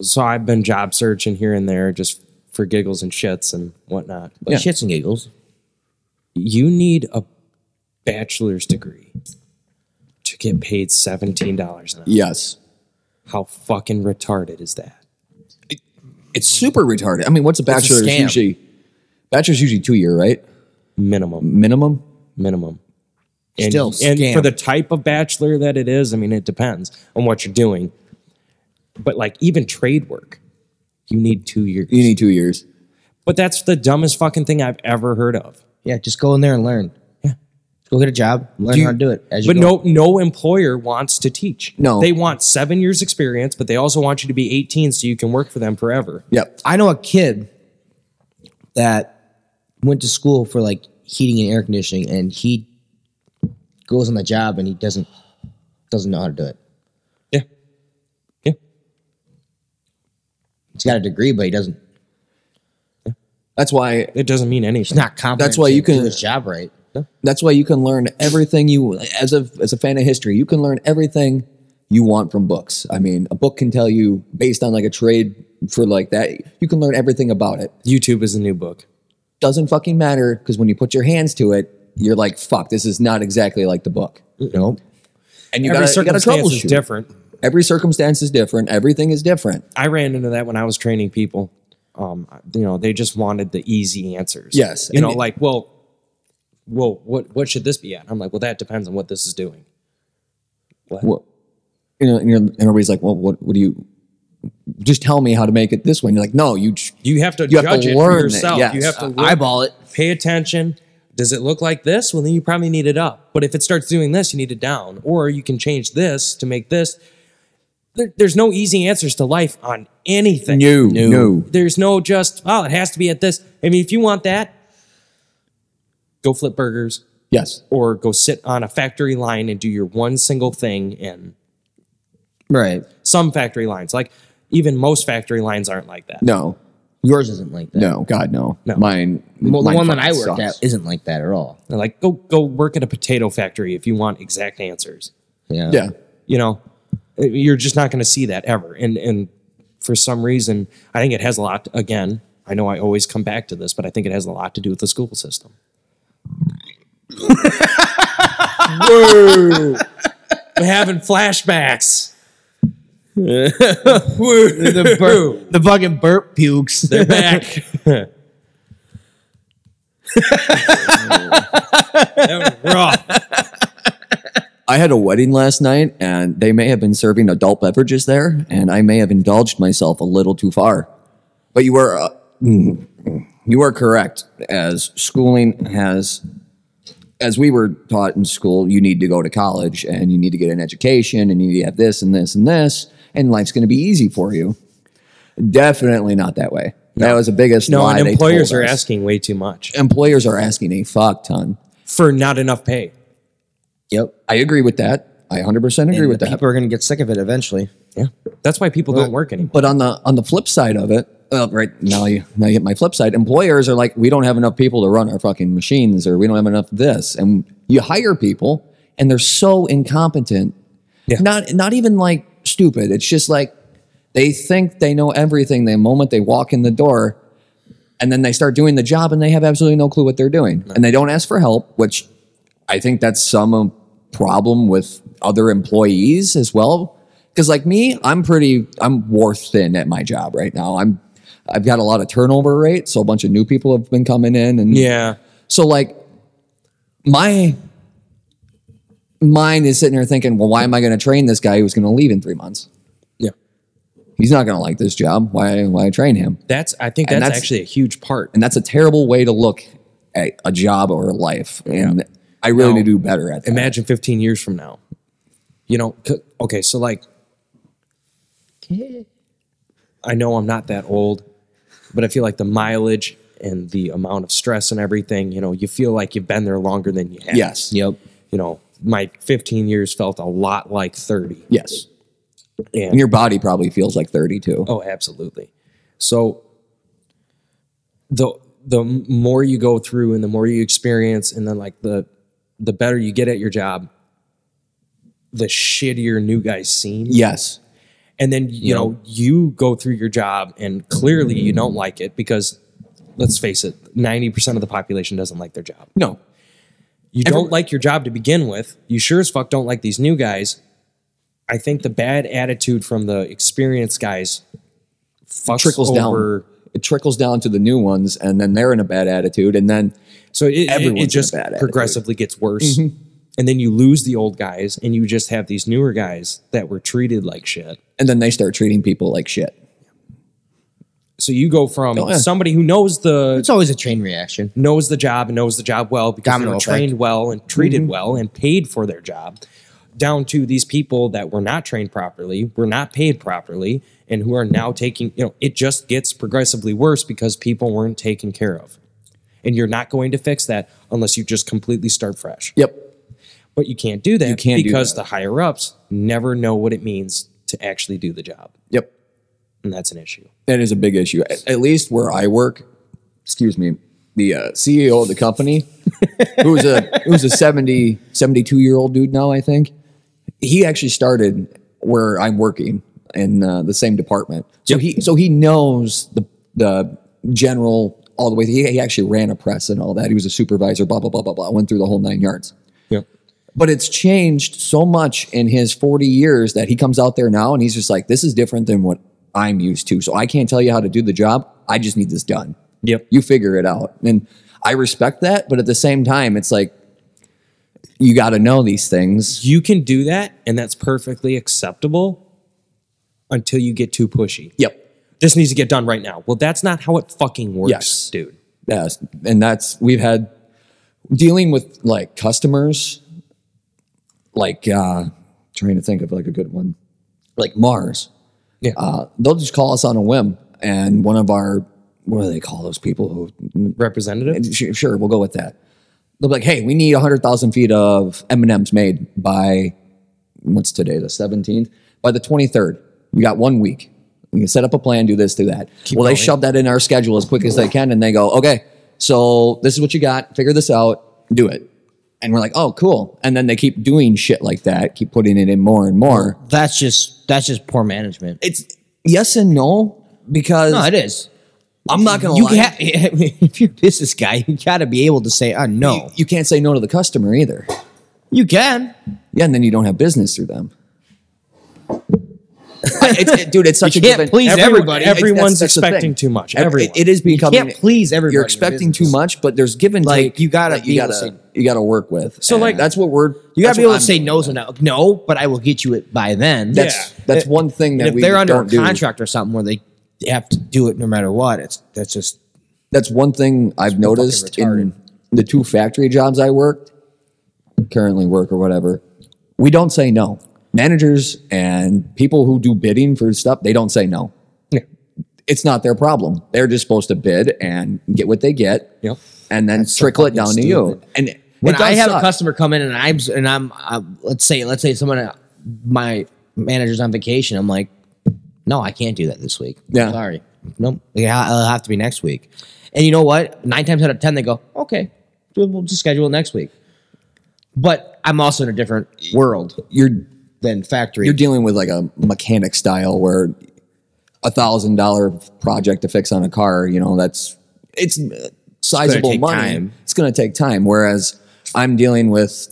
Speaker 1: so I've been job searching here and there, just for giggles and shits and whatnot. But
Speaker 2: yeah.
Speaker 4: shits and giggles.
Speaker 1: you need a bachelor's degree to get paid seventeen dollars an hour.
Speaker 2: Yes.
Speaker 1: How fucking retarded is that?
Speaker 2: It's super retarded. I mean, what's a bachelor's
Speaker 3: scam.
Speaker 2: usually? Bachelor's usually two year, right?
Speaker 1: Minimum,
Speaker 2: Minimum.
Speaker 1: minimum. And,
Speaker 3: Still
Speaker 1: and
Speaker 3: scam.
Speaker 1: for the type of bachelor that it is, I mean, it depends on what you're doing. But like even trade work, you need two years.
Speaker 2: You need two years.
Speaker 1: But that's the dumbest fucking thing I've ever heard of.
Speaker 4: Yeah, just go in there and learn. Yeah. Go get a job, learn
Speaker 1: you-
Speaker 4: how to do it as you
Speaker 1: But no,
Speaker 4: go.
Speaker 1: no employer wants to teach.
Speaker 2: No.
Speaker 1: they want seven years experience, but they also want you to be 18 so you can work for them forever.
Speaker 2: Yep.
Speaker 4: I know a kid that went to school for like heating and air conditioning, and he goes on the job and he doesn't doesn't know how to do it.
Speaker 1: Yeah, yeah.
Speaker 4: He's got a degree, but he doesn't.
Speaker 2: That's why.
Speaker 1: It doesn't mean anything.
Speaker 4: He's not competent.
Speaker 2: That's why
Speaker 4: to
Speaker 2: you
Speaker 4: do
Speaker 2: can-
Speaker 4: his job right.
Speaker 2: That's why you can learn everything you as a as a fan of history. You can learn everything you want from books. I mean, a book can tell you based on like a trade for like that. You can learn everything about it.
Speaker 1: YouTube is a new book.
Speaker 2: Doesn't fucking matter because when you put your hands to it, you're like, fuck, this is not exactly like the book.
Speaker 4: Nope.
Speaker 2: And you
Speaker 1: Every
Speaker 2: gotta, you gotta
Speaker 1: circumstance is
Speaker 2: troubleshoot.
Speaker 1: different.
Speaker 2: Every circumstance is different. Everything is different.
Speaker 1: I ran into that when I was training people. Um, you know, they just wanted the easy answers.
Speaker 2: Yes,
Speaker 1: you know,
Speaker 2: and-
Speaker 1: like, well, well, what what should this be at? I'm like, well, that depends on what this is doing.
Speaker 2: What, you know, and, you're, and everybody's like, well, what, what do you? Just tell me how to make it this way. And you're like, no, you. ch-
Speaker 1: You have to
Speaker 2: You have
Speaker 1: judge
Speaker 2: to
Speaker 1: it
Speaker 2: learn
Speaker 1: for
Speaker 2: it,
Speaker 1: yourself.
Speaker 2: yes.
Speaker 1: You have to look,
Speaker 4: Eyeball it.
Speaker 1: pay attention. Does it look like this? Well, then you probably need it up. But if it starts doing this, you need it down, or you can change this to make this. There, there's no easy answers to life on anything.
Speaker 2: No, no.
Speaker 1: There's no just, oh, it has to be at this. I mean, if you want that, go flip burgers
Speaker 2: Yes.
Speaker 1: or go sit on a factory line and do your one single thing in
Speaker 4: Right.
Speaker 1: some factory lines. Like even most factory lines aren't like that.
Speaker 2: No.
Speaker 4: Yours isn't like that.
Speaker 2: No. God, no.
Speaker 1: No.
Speaker 2: Mine.
Speaker 4: Well, the
Speaker 2: mine
Speaker 4: one that I
Speaker 2: fucking
Speaker 4: worked
Speaker 2: sucks.
Speaker 4: at isn't like that at all.
Speaker 1: They're like, go go work at a potato factory if you want exact answers.
Speaker 4: Yeah.
Speaker 2: Yeah.
Speaker 1: You know, you're just not going to see that ever. And and for some reason, I think it has a lot. Again, I know I always come back to this, but I think it has a lot to do with the school system. I'm having flashbacks.
Speaker 4: the, burp, the fucking burp pukes.
Speaker 1: They're back. that was rough.
Speaker 2: I had a wedding last night, and they may have been serving adult beverages there, and I may have indulged myself a little too far. But you were, uh, mm, mm, you are correct. As schooling has, as we were taught in school, you need to go to college and you need to get an education and you need to have this and this and this, and life's going to be easy for you. Definitely not that way. That was the biggest
Speaker 1: No,
Speaker 2: lie.
Speaker 1: and
Speaker 2: they
Speaker 1: employers
Speaker 2: told
Speaker 1: are
Speaker 2: us.
Speaker 1: asking way too much
Speaker 2: Employers are asking a fuck ton.
Speaker 1: for not enough pay.
Speaker 4: Yep.
Speaker 2: I agree with that. I 100% agree
Speaker 4: And
Speaker 2: with
Speaker 4: the
Speaker 2: that.
Speaker 4: People are going to get sick of it eventually.
Speaker 1: Yeah, that's why people don't work anymore.
Speaker 2: But on the on the flip side of it, uh, right now you now you hit my flip side. Employers are like, we don't have enough people to run our fucking machines, or we don't have enough this, and you hire people, and they're so incompetent.
Speaker 1: Yeah.
Speaker 2: Not not even like stupid. It's just like they think they know everything the moment they walk in the door, and then they start doing the job, and they have absolutely no clue what they're doing, and they don't ask for help, which I think that's some um, problem with other employees as well. Because like me, I'm pretty, I'm war thin at my job right now. I'm, I've got a lot of turnover rate, so a bunch of new people have been coming in, and
Speaker 1: Yeah,
Speaker 2: so like my mind is sitting there thinking, well, why am I going to train this guy who's going to leave in three months?
Speaker 1: yeah.
Speaker 2: He's not going to like this job. Why, why train him?
Speaker 1: That's I think that's,
Speaker 2: And that's-
Speaker 1: actually a huge part.
Speaker 2: And that's a terrible way to look at a job or life. And I really
Speaker 1: Now,
Speaker 2: need to do better at that.
Speaker 1: Imagine 15 years from now. You know, c- okay, so like I know I'm not that old, but I feel like the mileage and the amount of stress and everything, you know, you feel like you've been there longer than you have.
Speaker 2: yes.
Speaker 4: Yep.
Speaker 1: You know, my 15 years felt a lot like 30.
Speaker 2: Yes.
Speaker 1: And
Speaker 2: And your body probably feels like 32.
Speaker 1: Oh, absolutely. So the the more you go through and the more you experience and then like the the better you get at your job, the shittier new guys seem.
Speaker 2: Yes.
Speaker 1: And then you know, you go through your job and clearly you don't like it because let's face it, 90% of the population doesn't like their job.
Speaker 2: No.
Speaker 1: You don't like your job to begin with. You sure as fuck don't like these new guys. I think the bad attitude from the experienced guys fucks
Speaker 2: trickles
Speaker 1: over.
Speaker 2: down. It trickles down to the new ones, and then they're in a bad attitude, and then
Speaker 1: So it- it, it,
Speaker 2: Everyone's in a
Speaker 1: just
Speaker 2: bad attitude.
Speaker 1: progressively gets worse. And then you lose the old guys and you just have these newer guys that were treated like shit.
Speaker 2: and then they start treating people like shit.
Speaker 1: So you go from
Speaker 2: Oh, yeah.
Speaker 1: somebody who knows the
Speaker 4: It's always a train reaction.
Speaker 1: knows the job and knows the job well because they
Speaker 4: Domino
Speaker 1: were
Speaker 4: effect.
Speaker 1: trained well and treated well and paid for their job down to these people that were not trained properly, were not paid properly and who are now taking, you know, it just gets progressively worse because people weren't taken care of. And you're not going to fix that unless you just completely start fresh.
Speaker 2: Yep.
Speaker 1: But you can't do that
Speaker 2: can't do
Speaker 1: because
Speaker 2: that.
Speaker 1: the higher ups never know what it means to actually do the job.
Speaker 2: Yep.
Speaker 1: And that's an issue.
Speaker 2: That is a big issue. At, at least where I work, excuse me, the uh, CEO of the company, who's a who's a 70, 72 year old dude now, I think, he actually started where I'm working in uh, the same department. So he so he knows the the general all the way. He, he actually ran a press and all that. He was a supervisor. Blah blah blah blah blah. Went through the whole nine yards.
Speaker 1: Yep.
Speaker 2: But it's changed so much in his 40 years that he comes out there now and he's just like, this is different than what I'm used to. So I can't tell you how to do the job. I just need this done.
Speaker 1: Yep.
Speaker 2: You figure it out. And I respect that. But at the same time, it's like, you got to know these things.
Speaker 1: You can do that, and that's perfectly acceptable until you get too pushy.
Speaker 2: Yep.
Speaker 1: This needs to get done right now. Well, that's not how it fucking works,
Speaker 2: Yes.
Speaker 1: dude.
Speaker 2: Yes. uh, And that's, we've had dealing with like customers, like, uh, trying to think of like a good one, like Mars.
Speaker 1: Yeah.
Speaker 2: Uh, they'll just call us on a whim. And one of our, what do they call those people who,
Speaker 1: Representative?
Speaker 2: sh- sure, we'll go with that. They'll be like, hey, we need 100,000 feet of M&Ms made by, what's today, the 17th? By the 23rd. You got one week. You can set up a plan, do this, do that. well, they shove that in our schedule as quick as they can. And they go, okay, so this is what you got. Figure this out. Do it. And we're like, oh, cool. And then they keep doing shit like that, keep putting it in more and more.
Speaker 4: That's just that's just poor management.
Speaker 2: It's yes and no because
Speaker 4: no, it is.
Speaker 2: I'm not going to
Speaker 4: You
Speaker 2: lie.
Speaker 4: can if you're a business guy, you gotta be able to say, "Uh, no,
Speaker 2: you can't say no to the customer either.
Speaker 4: you can."
Speaker 2: Yeah, and then you don't have business through them. I- it's- it- dude, it's such
Speaker 4: You
Speaker 2: a
Speaker 4: can't
Speaker 2: given.
Speaker 4: please
Speaker 2: Every-
Speaker 4: everybody.
Speaker 2: it's-
Speaker 1: Everyone's
Speaker 2: that's- that's the thing.
Speaker 1: expecting too much.
Speaker 2: Every-
Speaker 1: Everyone.
Speaker 2: it is becoming.
Speaker 4: can't please everybody
Speaker 2: You're
Speaker 4: in
Speaker 2: expecting too
Speaker 4: business.
Speaker 2: much, but there's give and
Speaker 4: Like,
Speaker 2: take.
Speaker 4: you gotta
Speaker 2: that
Speaker 4: be
Speaker 2: you
Speaker 4: able to
Speaker 2: gotta
Speaker 4: say-
Speaker 2: you gotta work with.
Speaker 1: So,
Speaker 2: And
Speaker 1: like-
Speaker 2: that's what we're.
Speaker 4: You gotta
Speaker 2: that's
Speaker 4: be able
Speaker 2: what
Speaker 4: to say
Speaker 2: I'm-
Speaker 4: no to no, no, but I will get you it by then.
Speaker 2: That's
Speaker 1: Yeah.
Speaker 2: that's one thing that
Speaker 4: if
Speaker 2: we
Speaker 4: they're under a
Speaker 2: don't do.
Speaker 4: contract or something where they have to do it no matter what, it's that's just
Speaker 2: that's one thing I've noticed in the two factory jobs I worked, currently work or whatever. We don't say no. Managers and people who do bidding for stuff, they don't say no. It's not their problem. They're just supposed to bid and get what they get,
Speaker 1: Yep.
Speaker 2: and then trickle it down to you. And it-
Speaker 4: when
Speaker 2: it does
Speaker 4: I have
Speaker 2: suck.
Speaker 4: a customer come in and I'm and I'm uh, let's say let's say someone uh, my manager's on vacation, I'm like, no, I can't do that this week.
Speaker 2: Yeah.
Speaker 4: sorry, nope. Yeah, it'll have to be next week. And you know what? Nine times out of ten, they go, okay, we'll we'll just schedule it next week. But I'm also in a different world
Speaker 2: you're
Speaker 4: than factory.
Speaker 2: you're dealing with like a mechanic style where a thousand dollar project to fix on a car, you know, that's it's sizable
Speaker 4: take
Speaker 2: money.
Speaker 4: time.
Speaker 2: It's going to take time. Whereas I'm dealing with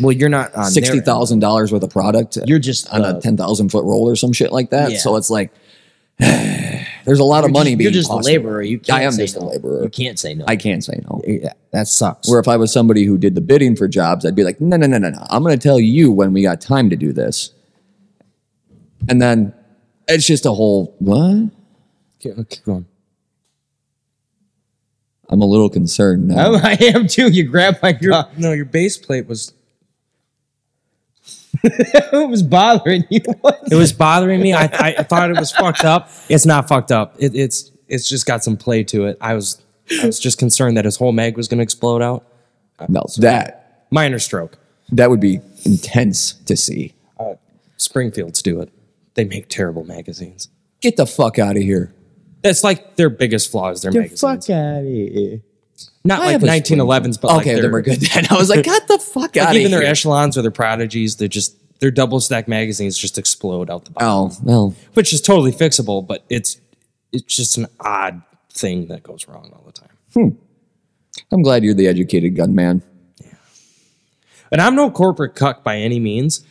Speaker 4: well, you're not on their
Speaker 2: sixty
Speaker 4: end.
Speaker 2: thousand dollars worth of product.
Speaker 4: You're just
Speaker 2: on
Speaker 4: the-
Speaker 2: a ten thousand foot roll or some shit like that.
Speaker 4: Yeah.
Speaker 2: So it's like there's a lot of money.
Speaker 4: You're
Speaker 2: being
Speaker 4: just a
Speaker 2: tossed
Speaker 4: laborer.
Speaker 2: away.
Speaker 4: You can't
Speaker 2: I am
Speaker 4: say
Speaker 2: just
Speaker 4: no.
Speaker 2: a laborer.
Speaker 4: You can't say no.
Speaker 2: I can't say no.
Speaker 4: yeah, that sucks.
Speaker 2: Where if I was somebody who did the bidding for jobs, I'd be like, no, no, no, no, no. I'm going to tell you when we got time to do this. And then it's just a whole what?
Speaker 1: Keep keep going.
Speaker 2: I'm a little concerned
Speaker 1: Oh.
Speaker 2: now.
Speaker 4: I am too. You grab my
Speaker 1: Your,
Speaker 4: cup.
Speaker 1: no, your base plate was.
Speaker 4: it was bothering you.
Speaker 1: It was bothering me. I, I, I thought it was fucked up. It's not fucked up. It, it's it's just got some play to it. I was I was just concerned that his whole mag was going to explode out.
Speaker 2: no, that
Speaker 1: Minor stroke.
Speaker 2: that would be intense to see.
Speaker 1: Springfields do it. They make terrible magazines.
Speaker 2: Get the fuck out of here.
Speaker 1: That's like their biggest flaw is their magazines.
Speaker 4: out of here.
Speaker 1: Not
Speaker 2: I
Speaker 1: like
Speaker 2: have a
Speaker 1: 1911s, but like
Speaker 2: okay,
Speaker 1: their,
Speaker 2: then we're good. Then I was like, "Get the fuck out
Speaker 1: Like
Speaker 2: of
Speaker 1: even
Speaker 2: here!"
Speaker 1: their echelons or their prodigies, they're just their double stack magazines just explode out the bottom,
Speaker 2: oh no,
Speaker 1: which is totally fixable. But it's it's just an odd thing that goes wrong all the time.
Speaker 2: I'm glad you're the educated gun man.
Speaker 1: And I'm no corporate cuck by any means,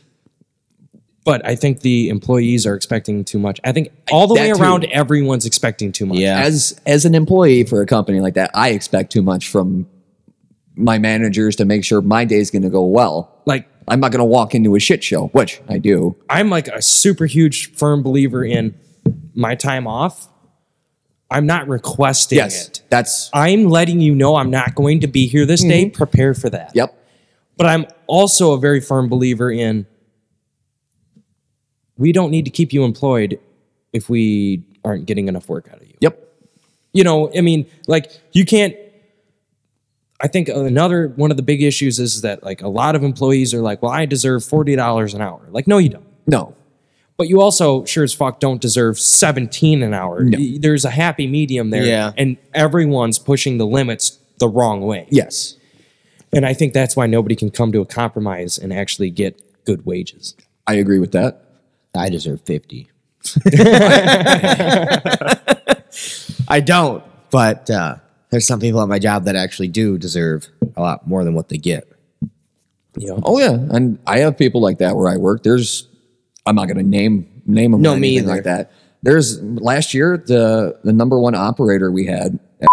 Speaker 1: but I think the employees are expecting too much. I think all the
Speaker 2: That
Speaker 1: way
Speaker 2: too.
Speaker 1: around, everyone's expecting too much.
Speaker 3: Yeah.
Speaker 2: as as an employee for a company like that, I expect too much from my managers to make sure my day's going to go well.
Speaker 1: Like
Speaker 2: I'm not going to walk into a shit show, which I do.
Speaker 1: I'm like a super huge firm believer in my time off. I'm not requesting
Speaker 2: Yes,
Speaker 1: it.
Speaker 2: that's
Speaker 1: I'm letting you know I'm not going to be here this day. Prepare for that.
Speaker 2: yep.
Speaker 1: But I'm also a very firm believer in we don't need to keep you employed if we aren't getting enough work out of you.
Speaker 2: Yep.
Speaker 1: You know, I mean, like you can't I think another one of the big issues is that like a lot of employees are like, "Well, I deserve $40 an hour." Like, no you don't.
Speaker 2: No.
Speaker 1: But you also sure as fuck don't deserve 17 an hour. Y- There's a happy medium there
Speaker 3: Yeah.
Speaker 1: and everyone's pushing the limits the wrong way.
Speaker 2: Yes.
Speaker 1: And I think that's why nobody can come to a compromise and actually get good wages.
Speaker 2: I agree with that.
Speaker 4: I deserve 50.
Speaker 3: I don't.
Speaker 4: But uh, there's some people at my job that actually do deserve a lot more than what they get.
Speaker 1: You know?
Speaker 2: Oh yeah, and I have people like that where I work. There's, I'm not going to name name them.
Speaker 4: No,
Speaker 2: or
Speaker 4: me
Speaker 2: anything
Speaker 4: either.
Speaker 2: Like that. There's last year the the number one operator we had. at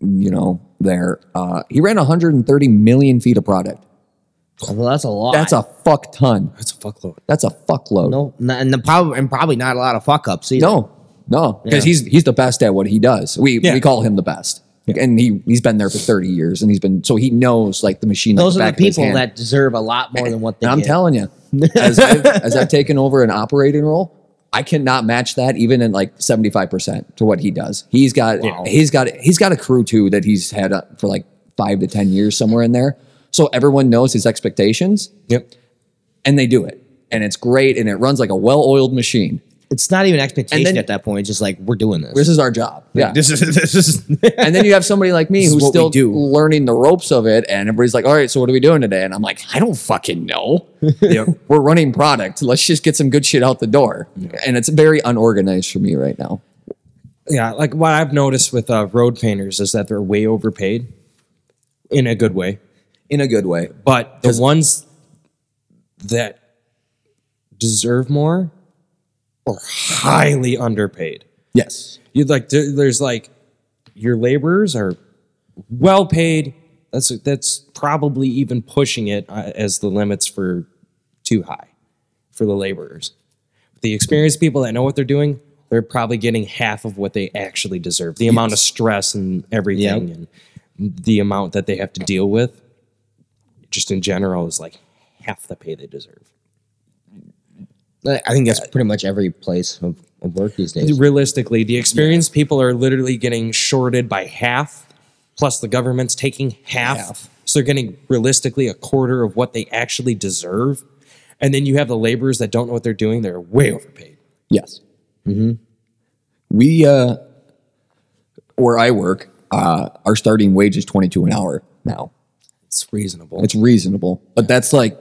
Speaker 2: You know, there uh, he ran 130 million feet of product.
Speaker 4: Well, that's a lot.
Speaker 2: That's a fuck ton.
Speaker 1: That's a fuckload.
Speaker 2: That's a fuckload.
Speaker 4: no, not, and the problem, and probably not a lot of fuck ups either.
Speaker 2: No, no, because he's he's the best at what he does. We
Speaker 1: Yeah.
Speaker 2: we call him the best, and he he's been there for thirty years, and he's been so he knows like the machine. like
Speaker 4: those
Speaker 2: the
Speaker 4: are the
Speaker 2: back of his
Speaker 4: people
Speaker 2: hand.
Speaker 4: that deserve a lot more than what they.
Speaker 2: And I'm
Speaker 4: get.
Speaker 2: telling you, as I've, as I've taken over an operating role, I cannot match that even in like 75% to what he does. He's got he's got he's got a crew too that he's had uh, for like 5 to 10 years somewhere in there. So everyone knows his expectations
Speaker 1: Yep.
Speaker 2: and they do it. And it's great and it runs like a well-oiled machine.
Speaker 4: it's not even expectation
Speaker 2: And then-
Speaker 4: at that point. It's just like we're doing this.
Speaker 2: This is our job. Yeah.
Speaker 3: This is this is
Speaker 2: and then you have somebody like me
Speaker 4: is
Speaker 2: who's
Speaker 4: what we
Speaker 2: still
Speaker 4: do.
Speaker 2: learning the ropes of it and everybody's like, "All right, so what are we doing today?" And I'm like, "I don't fucking know." we're running product. Let's just get some good shit out the door. And it's very unorganized for me right now.
Speaker 1: Yeah, like what I've noticed with uh, road painters is that they're way overpaid in a good way.
Speaker 2: In a good way.
Speaker 1: But the ones that deserve more are highly underpaid.
Speaker 2: Yes.
Speaker 1: You like there- there's like your laborers are well paid. That's that's probably even pushing it uh, as the limits for too high for the laborers. The experienced people that know what they're doing, they're probably getting half of what they actually deserve. The amount of stress and everything, and the amount that they have to deal with, just in general, is like half the pay they deserve.
Speaker 4: I I think that's pretty much every place of, of work these days.
Speaker 1: realistically, the experienced people are literally getting shorted by half, plus the government's taking half. So they're getting realistically a quarter of what they actually deserve. And then you have the laborers that don't know what they're doing, they're way overpaid.
Speaker 2: Yes. We, uh, where I work, uh, our starting wage is 22 an hour now.
Speaker 1: It's reasonable.
Speaker 2: It's reasonable, but that's like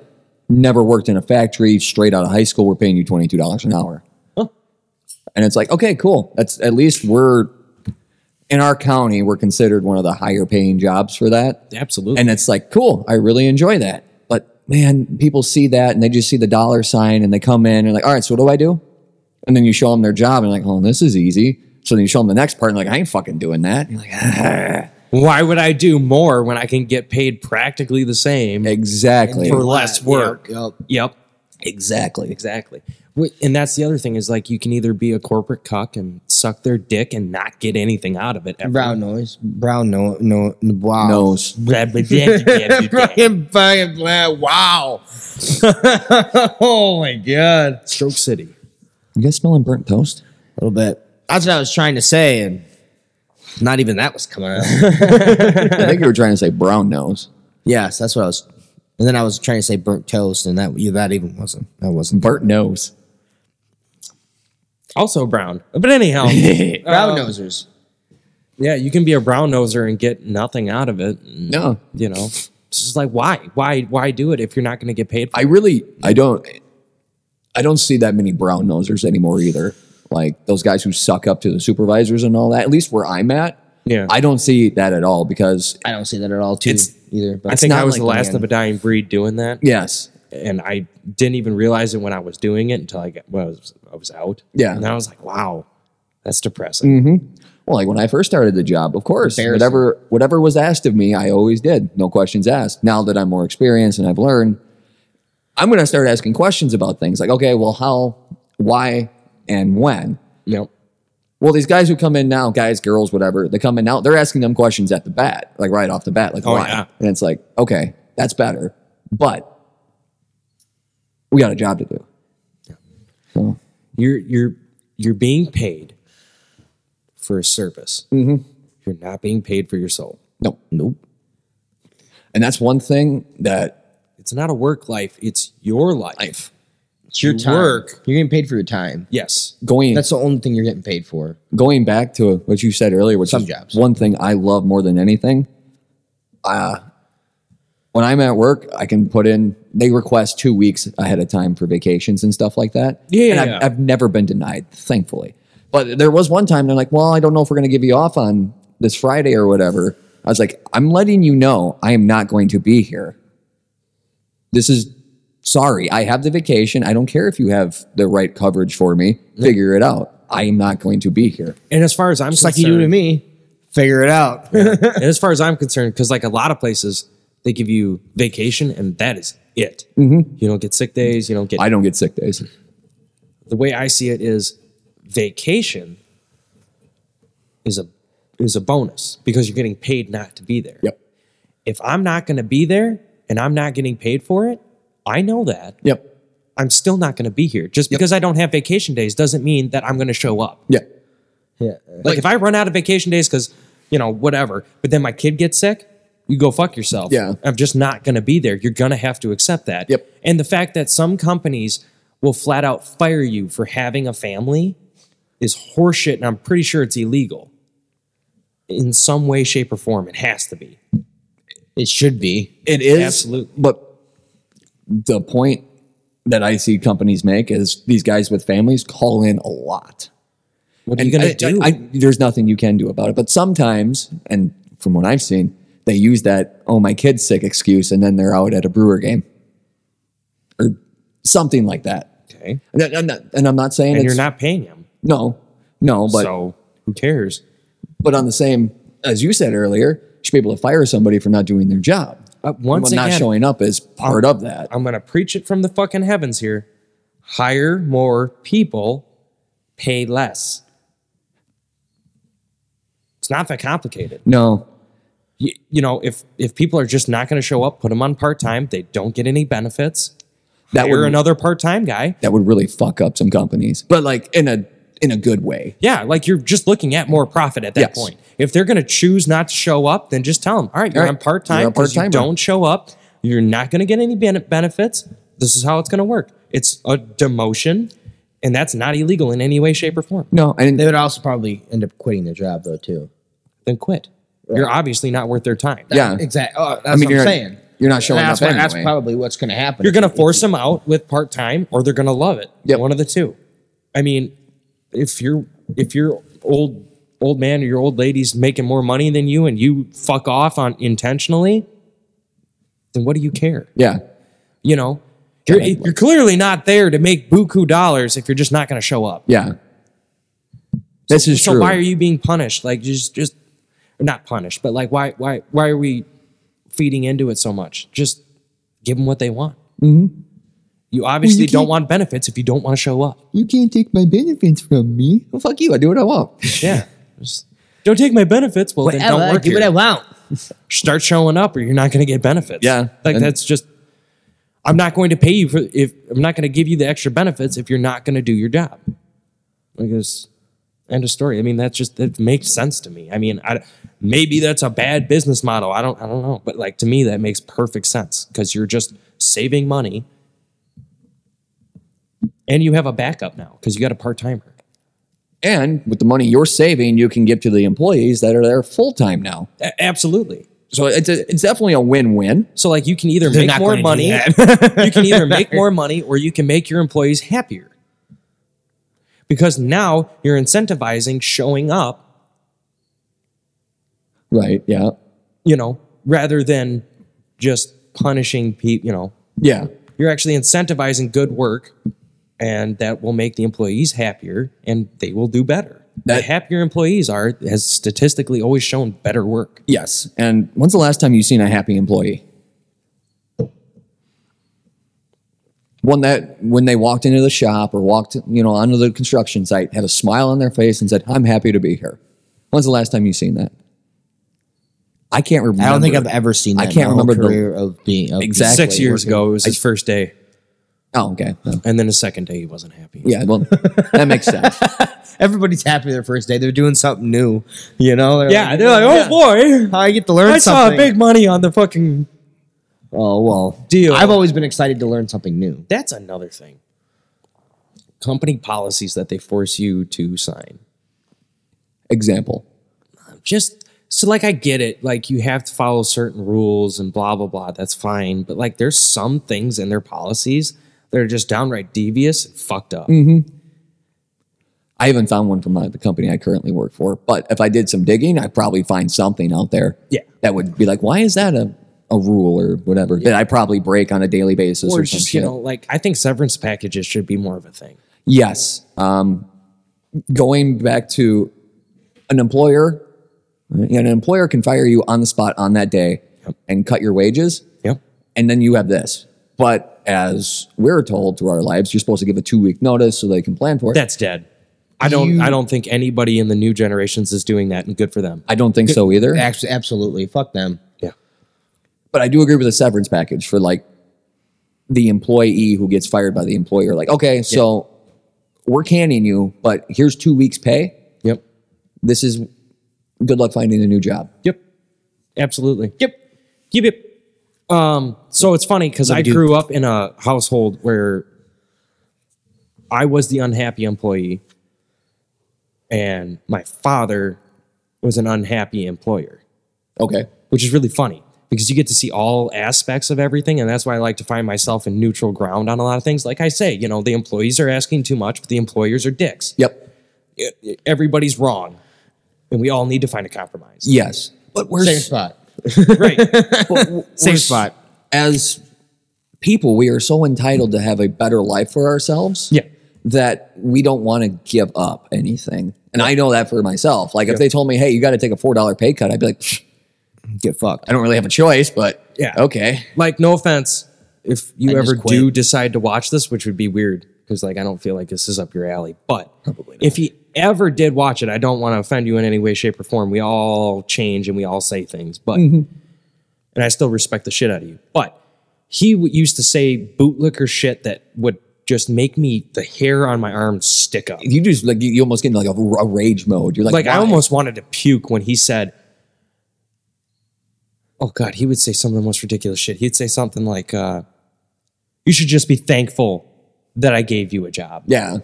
Speaker 2: never worked in a factory straight out of high school. We're paying you $22 an hour. And it's like, okay, cool. That's at least we're in our county, we're considered one of the higher paying jobs for that.
Speaker 1: Absolutely.
Speaker 2: And it's like, cool, I really enjoy that. But man, people see that and they just see the dollar sign and they come in and like, all right, so what do I do? And then you show them their job and like, oh, this is easy. So then you show them the next part and like, I ain't fucking doing that. And you're like,
Speaker 1: Why would I do more when I can get paid practically the same
Speaker 2: exactly.
Speaker 1: for less work?
Speaker 4: Yep, yep.
Speaker 1: Yep.
Speaker 2: Exactly.
Speaker 1: Exactly. Wh- And that's the other thing is like you can either be a corporate cuck and suck their dick and not get anything out of it. ever.
Speaker 4: Brown noise. Brown no no no. Wow.
Speaker 2: Nose.
Speaker 1: Blah, blah, blah, blah, blah, blah.
Speaker 3: fucking fucking blah. Wow. oh my god.
Speaker 1: Stroke City.
Speaker 2: You guys smelling burnt toast?
Speaker 4: A little bit. That's what I was trying to say, and not even that was coming out.
Speaker 2: I think you were trying to say brown nose.
Speaker 4: yes, that's what I was. And then I was trying to say burnt toast, and that yeah, that even wasn't. That wasn't.
Speaker 2: Burnt nose.
Speaker 1: also brown. But anyhow,
Speaker 2: Um,
Speaker 4: Brown nosers.
Speaker 1: yeah, you can be a brown noser and get nothing out of it. and,
Speaker 2: No.
Speaker 1: You know, it's just like why, why, why do it if you're not going to get paid? For
Speaker 2: I
Speaker 1: it?
Speaker 2: really I don't I don't see that many brown nosers anymore either. Like those guys who suck up to the supervisors and all that. At least where I'm at,
Speaker 1: Yeah.
Speaker 2: I don't see that at all because
Speaker 4: I don't see that at all. Too.
Speaker 2: it's
Speaker 4: either. But
Speaker 1: I think I
Speaker 2: not
Speaker 1: was
Speaker 2: like
Speaker 1: the last
Speaker 2: land.
Speaker 1: of a dying breed doing that,
Speaker 2: Yes.
Speaker 1: and I didn't even realize it when I was doing it until I got, when I was I was out.
Speaker 2: Yeah.
Speaker 1: and I was like, wow, that's depressing.
Speaker 2: Well, like when I first started the job, of course,
Speaker 4: Embarrassing.
Speaker 2: whatever whatever was asked of me, I always did, no questions asked. Now that I'm more experienced and I've learned, I'm going to start asking questions about things like, okay, well, how, why, and when.
Speaker 1: Yep.
Speaker 2: Well, these guys who come in now, guys, girls, whatever, they come in now, they're asking them questions at the bat, like right off the bat, like
Speaker 1: Oh,
Speaker 2: why,
Speaker 1: yeah.
Speaker 2: and it's like, okay, that's better, but we got a job to do.
Speaker 1: You're you're you're being paid for a service. Mm-hmm. You're not being paid for your soul.
Speaker 2: Nope.
Speaker 4: nope.
Speaker 2: And that's one thing that
Speaker 1: It's not a work life. It's your life.
Speaker 4: It's your
Speaker 1: You
Speaker 4: time.
Speaker 1: work.
Speaker 4: You're getting paid for your time.
Speaker 1: Yes.
Speaker 2: going
Speaker 4: That's the only thing you're getting paid for.
Speaker 2: going back to what you said earlier, which
Speaker 4: Some
Speaker 2: is
Speaker 4: jobs.
Speaker 2: one thing I love more than anything. Uh, when I'm at work, I can put in. They request two weeks ahead of time for vacations and stuff like that.
Speaker 1: Yeah,
Speaker 2: and I've,
Speaker 1: yeah.
Speaker 2: I've never been denied, thankfully. But there was one time they're like, "Well, I don't know if we're going to give you off on this Friday or whatever." I was like, "I'm letting you know I am not going to be here. This is sorry. I have the vacation. I don't care if you have the right coverage for me. Figure it out. I am not going to be here."
Speaker 1: And as far as I'm
Speaker 4: It's like you do to me. Figure it out.
Speaker 1: and as far as I'm concerned, because like a lot of places, they give you vacation and that is it.
Speaker 4: Mm-hmm.
Speaker 1: You don't get sick days. You don't get.
Speaker 2: I don't get sick days.
Speaker 1: the way I see it is, vacation is a is a bonus because you're getting paid not to be there.
Speaker 2: Yep.
Speaker 1: If I'm not going to be there and I'm not getting paid for it, I know that.
Speaker 2: Yep.
Speaker 1: I'm still not going to be here. Just because I don't have vacation days doesn't mean that I'm going to show up.
Speaker 2: Yeah.
Speaker 4: yeah.
Speaker 1: Like, if I run out of vacation days because, you know, whatever, but then my kid gets sick, you go fuck yourself.
Speaker 2: Yeah.
Speaker 1: I'm just not going to be there. You're going to have to accept that.
Speaker 2: Yep.
Speaker 1: And the fact that some companies will flat out fire you for having a family is horseshit. And I'm pretty sure it's illegal in some way, shape, or form. It has to be.
Speaker 4: It should be.
Speaker 2: It is.
Speaker 1: Absolutely.
Speaker 2: But the point that I see companies make is these guys with families call in a lot.
Speaker 1: What are you going to do?
Speaker 2: I, there's nothing you can do about it. But sometimes, and from what I've seen, they use that, oh, my kid's sick excuse, and then they're out at a brewer game or something like that.
Speaker 1: okay.
Speaker 2: And I'm not, and I'm not saying
Speaker 1: And
Speaker 2: it's,
Speaker 1: you're not paying him.
Speaker 2: No, no, but
Speaker 1: so who cares?
Speaker 2: but on the same as you said earlier, you should be able to fire somebody for not doing their job.
Speaker 1: Uh, once
Speaker 2: But not
Speaker 1: again-
Speaker 2: showing up is part of that.
Speaker 1: I'm going to preach it from the fucking heavens here. Hire more people, pay less. It's not that complicated.
Speaker 2: No,
Speaker 1: You, you know, if if people are just not going to show up, put them on part time. They don't get any benefits.
Speaker 2: that
Speaker 1: Hire
Speaker 2: would
Speaker 1: another part time guy.
Speaker 2: that would really fuck up some companies, but like in a in a good way.
Speaker 1: Yeah, like you're just looking at more profit at that
Speaker 2: Yes.
Speaker 1: point. If they're going to choose not to show up, then just tell them, all right, you're
Speaker 2: All right,
Speaker 1: on part time
Speaker 2: you're a
Speaker 1: because you
Speaker 2: part-timer."
Speaker 1: don't show up. You're not going to get any bene- benefits. This is how it's going to work. It's a demotion, and that's not illegal in any way, shape, or form.
Speaker 2: No, and
Speaker 4: They would also probably end up quitting their job though too.
Speaker 1: Then quit. You're obviously not worth their time.
Speaker 2: yeah,
Speaker 4: Exactly. Oh, that's
Speaker 2: mean,
Speaker 4: what I'm
Speaker 2: you're-
Speaker 4: saying.
Speaker 2: you're not showing
Speaker 4: that's
Speaker 2: up
Speaker 4: what- That's
Speaker 2: anyway.
Speaker 4: probably what's going to happen.
Speaker 1: You're going to force them out with part time, or they're going to love it.
Speaker 2: Yep.
Speaker 1: One of the two. I mean, if you're if your old old man or your old lady's making more money than you, and you fuck off on intentionally, then what do you care?
Speaker 2: yeah.
Speaker 1: You know, you're,
Speaker 2: Yeah, like-
Speaker 1: you're clearly not there to make buku dollars if you're just not going to show up.
Speaker 2: Yeah. This is
Speaker 1: so
Speaker 2: true.
Speaker 1: why are you being punished? Like just just not punished, but like why why why are we feeding into it so much? Just give them what they want. You obviously don't
Speaker 2: Mm-hmm. can't-
Speaker 1: want benefits if you don't want to show up.
Speaker 2: you can't take my benefits from me. Well, fuck you. I do what I want.
Speaker 1: Yeah. Just, don't take my benefits. Well, then
Speaker 4: Whatever,
Speaker 1: don't work
Speaker 4: do what I
Speaker 1: here.
Speaker 4: want.
Speaker 1: Start showing up, or you're not going to get benefits.
Speaker 2: Yeah,
Speaker 1: like
Speaker 2: and-
Speaker 1: that's just. I'm not going to pay you for if I'm not going to give you the extra benefits if you're not going to do your job. Like this, end of story. I mean, that's just that makes sense to me. I mean, I, maybe that's a bad business model. I don't, I don't know, but like to me, that makes perfect sense because you're just saving money, and you have a backup now because you got a part timer.
Speaker 2: And with the money you're saving, you can give to the employees that are there full time now.
Speaker 1: absolutely.
Speaker 2: So it's a, it's definitely a win win.
Speaker 1: So like you can either
Speaker 4: They're
Speaker 1: make
Speaker 4: not
Speaker 1: more
Speaker 4: gonna do
Speaker 1: money, you can either make more money or you can make your employees happier. Because now you're incentivizing showing up,
Speaker 2: Right. Yeah.
Speaker 1: you know, rather than just punishing people. You know,
Speaker 2: Yeah.
Speaker 1: you're actually incentivizing good work, and that will make the employees happier, and they will do better. the
Speaker 2: That-
Speaker 1: happier employees are has statistically always shown better work.
Speaker 2: Yes. And when's the last time you've seen a happy employee? One that when they walked into the shop or walked, you know, onto the construction site, had a smile on their face and said, "I'm happy to be here." When's the last time you've seen that? I can't remember.
Speaker 4: I don't think I've ever seen that.
Speaker 2: I
Speaker 4: in
Speaker 2: can't
Speaker 4: my whole
Speaker 2: remember the-
Speaker 4: career of being of
Speaker 2: Exactly.
Speaker 1: Six years
Speaker 2: Working-
Speaker 1: ago, it was his first day,
Speaker 2: Oh, okay. No.
Speaker 1: and then his second day, he wasn't happy.
Speaker 2: Yeah. Well, that makes sense.
Speaker 4: Everybody's happy their first day. They're doing something new, you know. They're
Speaker 1: yeah, they're like, oh boy,
Speaker 4: I get to learn
Speaker 1: I saw
Speaker 4: something.
Speaker 1: big money on the fucking
Speaker 4: oh well,
Speaker 1: Deal.
Speaker 4: I've always been excited to learn something new.
Speaker 1: That's another thing. Company policies that they force you to sign.
Speaker 2: Example.
Speaker 1: Just so, like, I get it. Like, you have to follow certain rules and blah, blah, blah. That's fine. But, like, there's some things in their policies that are just downright devious and fucked up.
Speaker 2: I haven't found one from my, the company I currently work for, but if I did some digging, I'd probably find something out there.
Speaker 1: Yeah.
Speaker 2: That would be like, why is that a, a rule or whatever that I probably break on a daily basis or,
Speaker 1: Or
Speaker 2: some
Speaker 1: just, you
Speaker 2: shit?
Speaker 1: know, like, I think severance packages should be more of a thing.
Speaker 2: Yes. Um, going back to an employer, an employer can fire you on the spot on that day and cut your wages.
Speaker 1: Yep.
Speaker 2: and then you have this. But as we're told through our lives, you're supposed to give a two week notice so they can plan for it.
Speaker 1: That's dead. I don't. I don't think anybody in the new generations is doing that, and good for them.
Speaker 2: I don't think so either.
Speaker 4: Actually, absolutely, fuck them.
Speaker 1: Yeah.
Speaker 2: But I do agree with the severance package for like the employee who gets fired by the employer. Like, okay, so we're canning you, but here's two weeks' pay.
Speaker 1: Yep.
Speaker 2: This is good luck finding a new job.
Speaker 1: Yep. Absolutely. Yep. Yep. Yep. Um, so it's funny because I grew up in a household where I was the unhappy employee and my father was an unhappy employer,
Speaker 2: Okay.
Speaker 1: which is really funny because you get to see all aspects of everything. And that's why I like to find myself in neutral ground on a lot of things. Like I say, you know, the employees are asking too much, but the employers are dicks.
Speaker 2: Yep.
Speaker 1: Everybody's wrong. And we all need to find a compromise.
Speaker 2: Yes. But we're
Speaker 4: Same spot.
Speaker 1: Right.
Speaker 4: Same
Speaker 2: we're-
Speaker 4: spot.
Speaker 2: as people, we are so entitled to have a better life for ourselves
Speaker 1: Yeah.
Speaker 2: that we don't want to give up anything. And I know that for myself. Like if they told me, hey, you got to take a $4 pay cut, I'd be like, "Pfft,
Speaker 4: Get fucked.
Speaker 2: I don't really have a choice, but
Speaker 1: Yeah.
Speaker 2: okay.
Speaker 1: like no offense if you
Speaker 4: I just
Speaker 1: ever
Speaker 4: quit.
Speaker 1: do decide to watch this which would be weird because like i don't feel like this is up your alley but if you ever did watch it i don't want to offend you in any way shape or form we all change and we all say things but
Speaker 4: Mm-hmm.
Speaker 1: and i still respect the shit out of you but he w- used to say bootlicker shit that would just make me the hair on my arm stick up
Speaker 2: You just like, you, you almost get into like a, r- a rage mode. You're like,
Speaker 1: like I
Speaker 2: "Why?"
Speaker 1: almost wanted to puke when he said, "Oh God," he would say some of the most ridiculous shit. He'd say something like, uh, "You should just be thankful that I gave you a job."
Speaker 2: Yeah.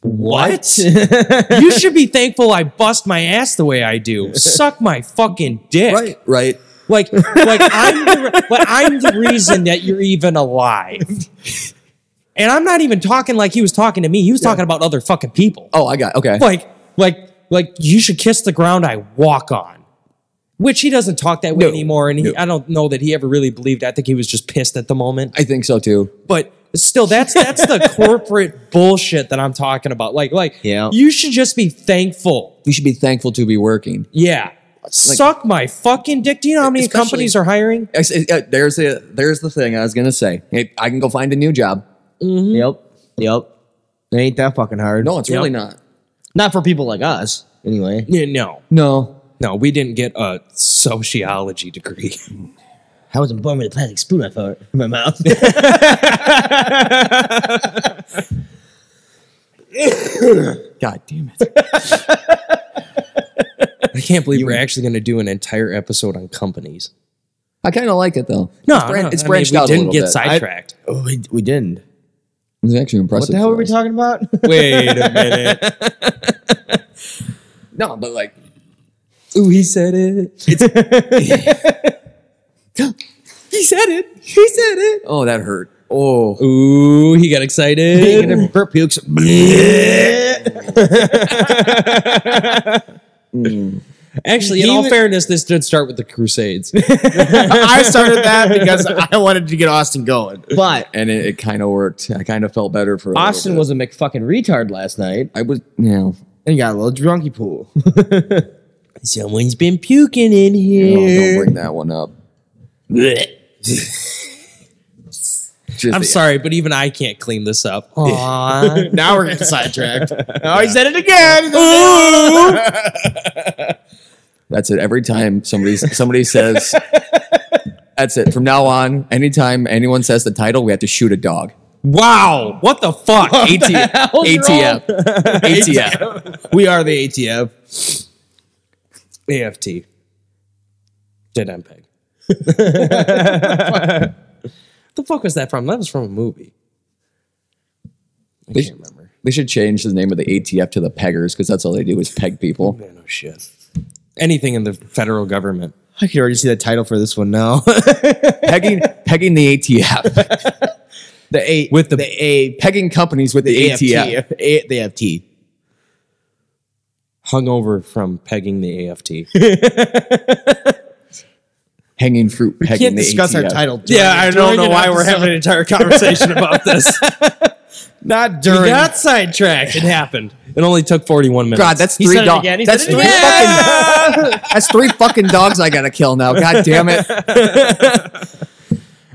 Speaker 1: What? you should be thankful I bust my ass the way I do. Suck my fucking dick.
Speaker 2: Right. Right.
Speaker 1: Like, like I'm, the, re- like I'm the reason that you're even alive. And I'm not even talking like he was talking to me. He was talking about other fucking people.
Speaker 2: Oh, I got, okay.
Speaker 1: like like like you should kiss the ground I walk on. Which he doesn't talk that way
Speaker 2: No,
Speaker 1: anymore, and he,
Speaker 2: no.
Speaker 1: I don't know that he ever really believed. I think he was just pissed at the moment.
Speaker 2: I think so too.
Speaker 1: But still, that's that's the corporate bullshit that I'm talking about. Like like
Speaker 4: Yeah.
Speaker 1: you should just be thankful.
Speaker 2: You should be thankful to be working.
Speaker 1: Yeah, suck my fucking dick. Do you know how many
Speaker 2: Especially-
Speaker 1: companies are hiring?
Speaker 2: I s- uh, There's the, there's the thing I was going to say. It, I can go find a new job.
Speaker 4: Yep. Yep. It ain't that fucking hard.
Speaker 2: No, it's
Speaker 1: Yep.
Speaker 2: really not.
Speaker 4: Not for people like us, anyway.
Speaker 1: Yeah, no,
Speaker 2: No.
Speaker 1: no, we didn't get a sociology degree.
Speaker 4: I wasn't born with a plastic spoon I thought, in my mouth.
Speaker 2: God damn it.
Speaker 1: I can't believe we're actually going to do an entire episode on companies.
Speaker 2: I kind of like it though.
Speaker 1: No,
Speaker 2: it's, bran-
Speaker 1: no,
Speaker 2: it's
Speaker 1: I mean,
Speaker 2: branched
Speaker 1: we
Speaker 2: out a
Speaker 1: Didn't
Speaker 2: little
Speaker 1: get
Speaker 2: bit.
Speaker 1: sidetracked.
Speaker 4: oh, we, we didn't.
Speaker 2: it's actually impressive.
Speaker 4: What the hell
Speaker 2: for
Speaker 4: were we
Speaker 2: us.
Speaker 4: talking about?
Speaker 1: Wait a minute.
Speaker 2: No, but like,
Speaker 1: Ooh, he said it.
Speaker 2: he said it. He said it. Oh, that hurt. Oh,
Speaker 1: Ooh, he got excited.
Speaker 4: Bert pukes.
Speaker 1: Actually, in
Speaker 3: He
Speaker 1: all
Speaker 3: wa-
Speaker 1: fairness, this did start with the Crusades.
Speaker 3: I started that because I wanted to get Austin going.
Speaker 4: But
Speaker 2: and it, it kind of worked. I kind of felt better for a little
Speaker 4: Austin
Speaker 2: bit.
Speaker 4: was a McFucking retard last night
Speaker 2: I was yeah.
Speaker 4: and got a little drunky pool. Someone's been puking in
Speaker 2: No, oh, don't
Speaker 4: here.
Speaker 2: bring that one up. Just
Speaker 1: I'm
Speaker 2: the-
Speaker 1: sorry, but even I can't clean this up.
Speaker 4: Oh. Aw.
Speaker 3: Now we're getting sidetracked. Oh, he said it again.
Speaker 2: That's it. Every time somebody somebody says, "That's it." From now on, anytime anyone says the title, we have to shoot a dog.
Speaker 1: Wow, what the fuck?
Speaker 2: AT, ATF, ATF.
Speaker 3: we are the ATF.
Speaker 1: AFT. Dead MPEG. the fuck was that from? That was from a movie. I
Speaker 2: They-
Speaker 1: can't remember.
Speaker 2: They should change the name of the ATF to the Peggers because that's all they do is peg people.
Speaker 1: Man, no shit. Anything in the federal government.
Speaker 4: I can already see the title for this one now.
Speaker 2: Pegging, pegging the ATF,
Speaker 4: the A
Speaker 1: With the-
Speaker 4: A
Speaker 2: pegging companies with the, ATF.
Speaker 4: AFT. A, the FT.
Speaker 1: Hungover from pegging the AFT.
Speaker 2: Hanging fruit, pegging
Speaker 3: Can't
Speaker 2: the
Speaker 3: discuss our
Speaker 2: ATF.
Speaker 3: title.
Speaker 1: an entire conversation about this.
Speaker 3: not during.
Speaker 1: We got sidetracked. It happened. It only took 41 minutes.
Speaker 2: God, that's
Speaker 3: He said
Speaker 2: three
Speaker 3: it
Speaker 2: dogs.
Speaker 3: again. He
Speaker 2: That's
Speaker 3: said it
Speaker 2: three fucking. That's three fucking dogs I gotta kill now. God damn it.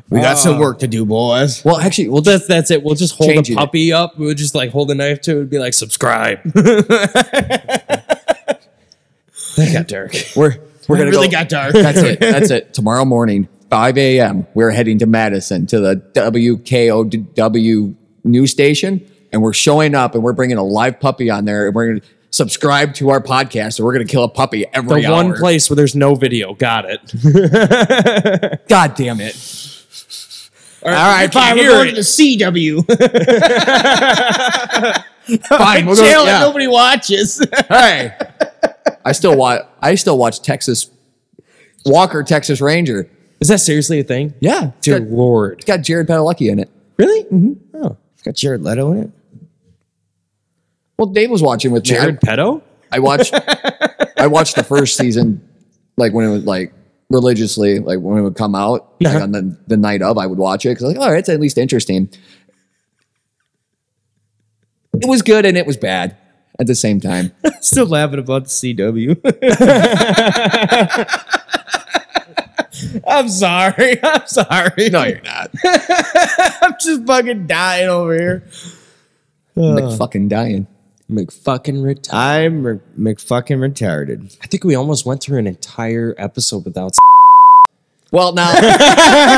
Speaker 4: We got some
Speaker 3: Uh.
Speaker 4: work to do, boys.
Speaker 2: Well, actually, we'll just
Speaker 1: that's that's it. We'll just hold
Speaker 2: Changing
Speaker 1: the
Speaker 2: it.
Speaker 1: puppy up. We'll just like hold the knife to it and be like, subscribe. that got dark.
Speaker 2: we're we're
Speaker 3: It
Speaker 2: gonna
Speaker 3: really
Speaker 2: go.
Speaker 3: got dark.
Speaker 2: That's it. That's it. Tomorrow morning, 5 a.m., we're heading to Madison to the WKOW news station, and we're showing up, and we're bringing a live puppy on there, and we're going to subscribe to our podcast, and we're going to kill a puppy every
Speaker 1: The
Speaker 2: hour.
Speaker 1: one place where there's no video. Got it.
Speaker 2: God damn it!
Speaker 1: All right,
Speaker 3: Fine,
Speaker 1: you
Speaker 3: we're
Speaker 1: hear
Speaker 3: going
Speaker 1: it.
Speaker 3: to CW.
Speaker 2: Fine, we'll go.
Speaker 3: Channel that
Speaker 2: yeah.
Speaker 3: nobody watches.
Speaker 2: Hey, I still watch. I still watch Texas Walker, Texas Ranger.
Speaker 1: Is that seriously a thing?
Speaker 2: Yeah, it's
Speaker 1: Dear
Speaker 2: got,
Speaker 1: Lord. Oh.
Speaker 2: it's got Jared Padalecki in it.
Speaker 1: Really? Mm-hmm.
Speaker 4: It's got Jared Leto in it.
Speaker 2: Well, Dave was watching with me. I-
Speaker 1: Jared Pedo?
Speaker 2: I watched I watched the first season like when it was like religiously like when it would come out like on the, the night of I would watch it because like all right it's at least interesting. It was good and it was bad at the same time.
Speaker 4: Still laughing about the CW.
Speaker 3: I'm sorry. I'm sorry.
Speaker 2: No, you're not.
Speaker 3: I'm just fucking dying over here.
Speaker 2: I'm like fucking dying.
Speaker 1: McFucking retired.
Speaker 4: I'm re- McFucking retarded.
Speaker 1: I think we almost went through an entire episode without. s-
Speaker 2: Well, now
Speaker 3: Yeah,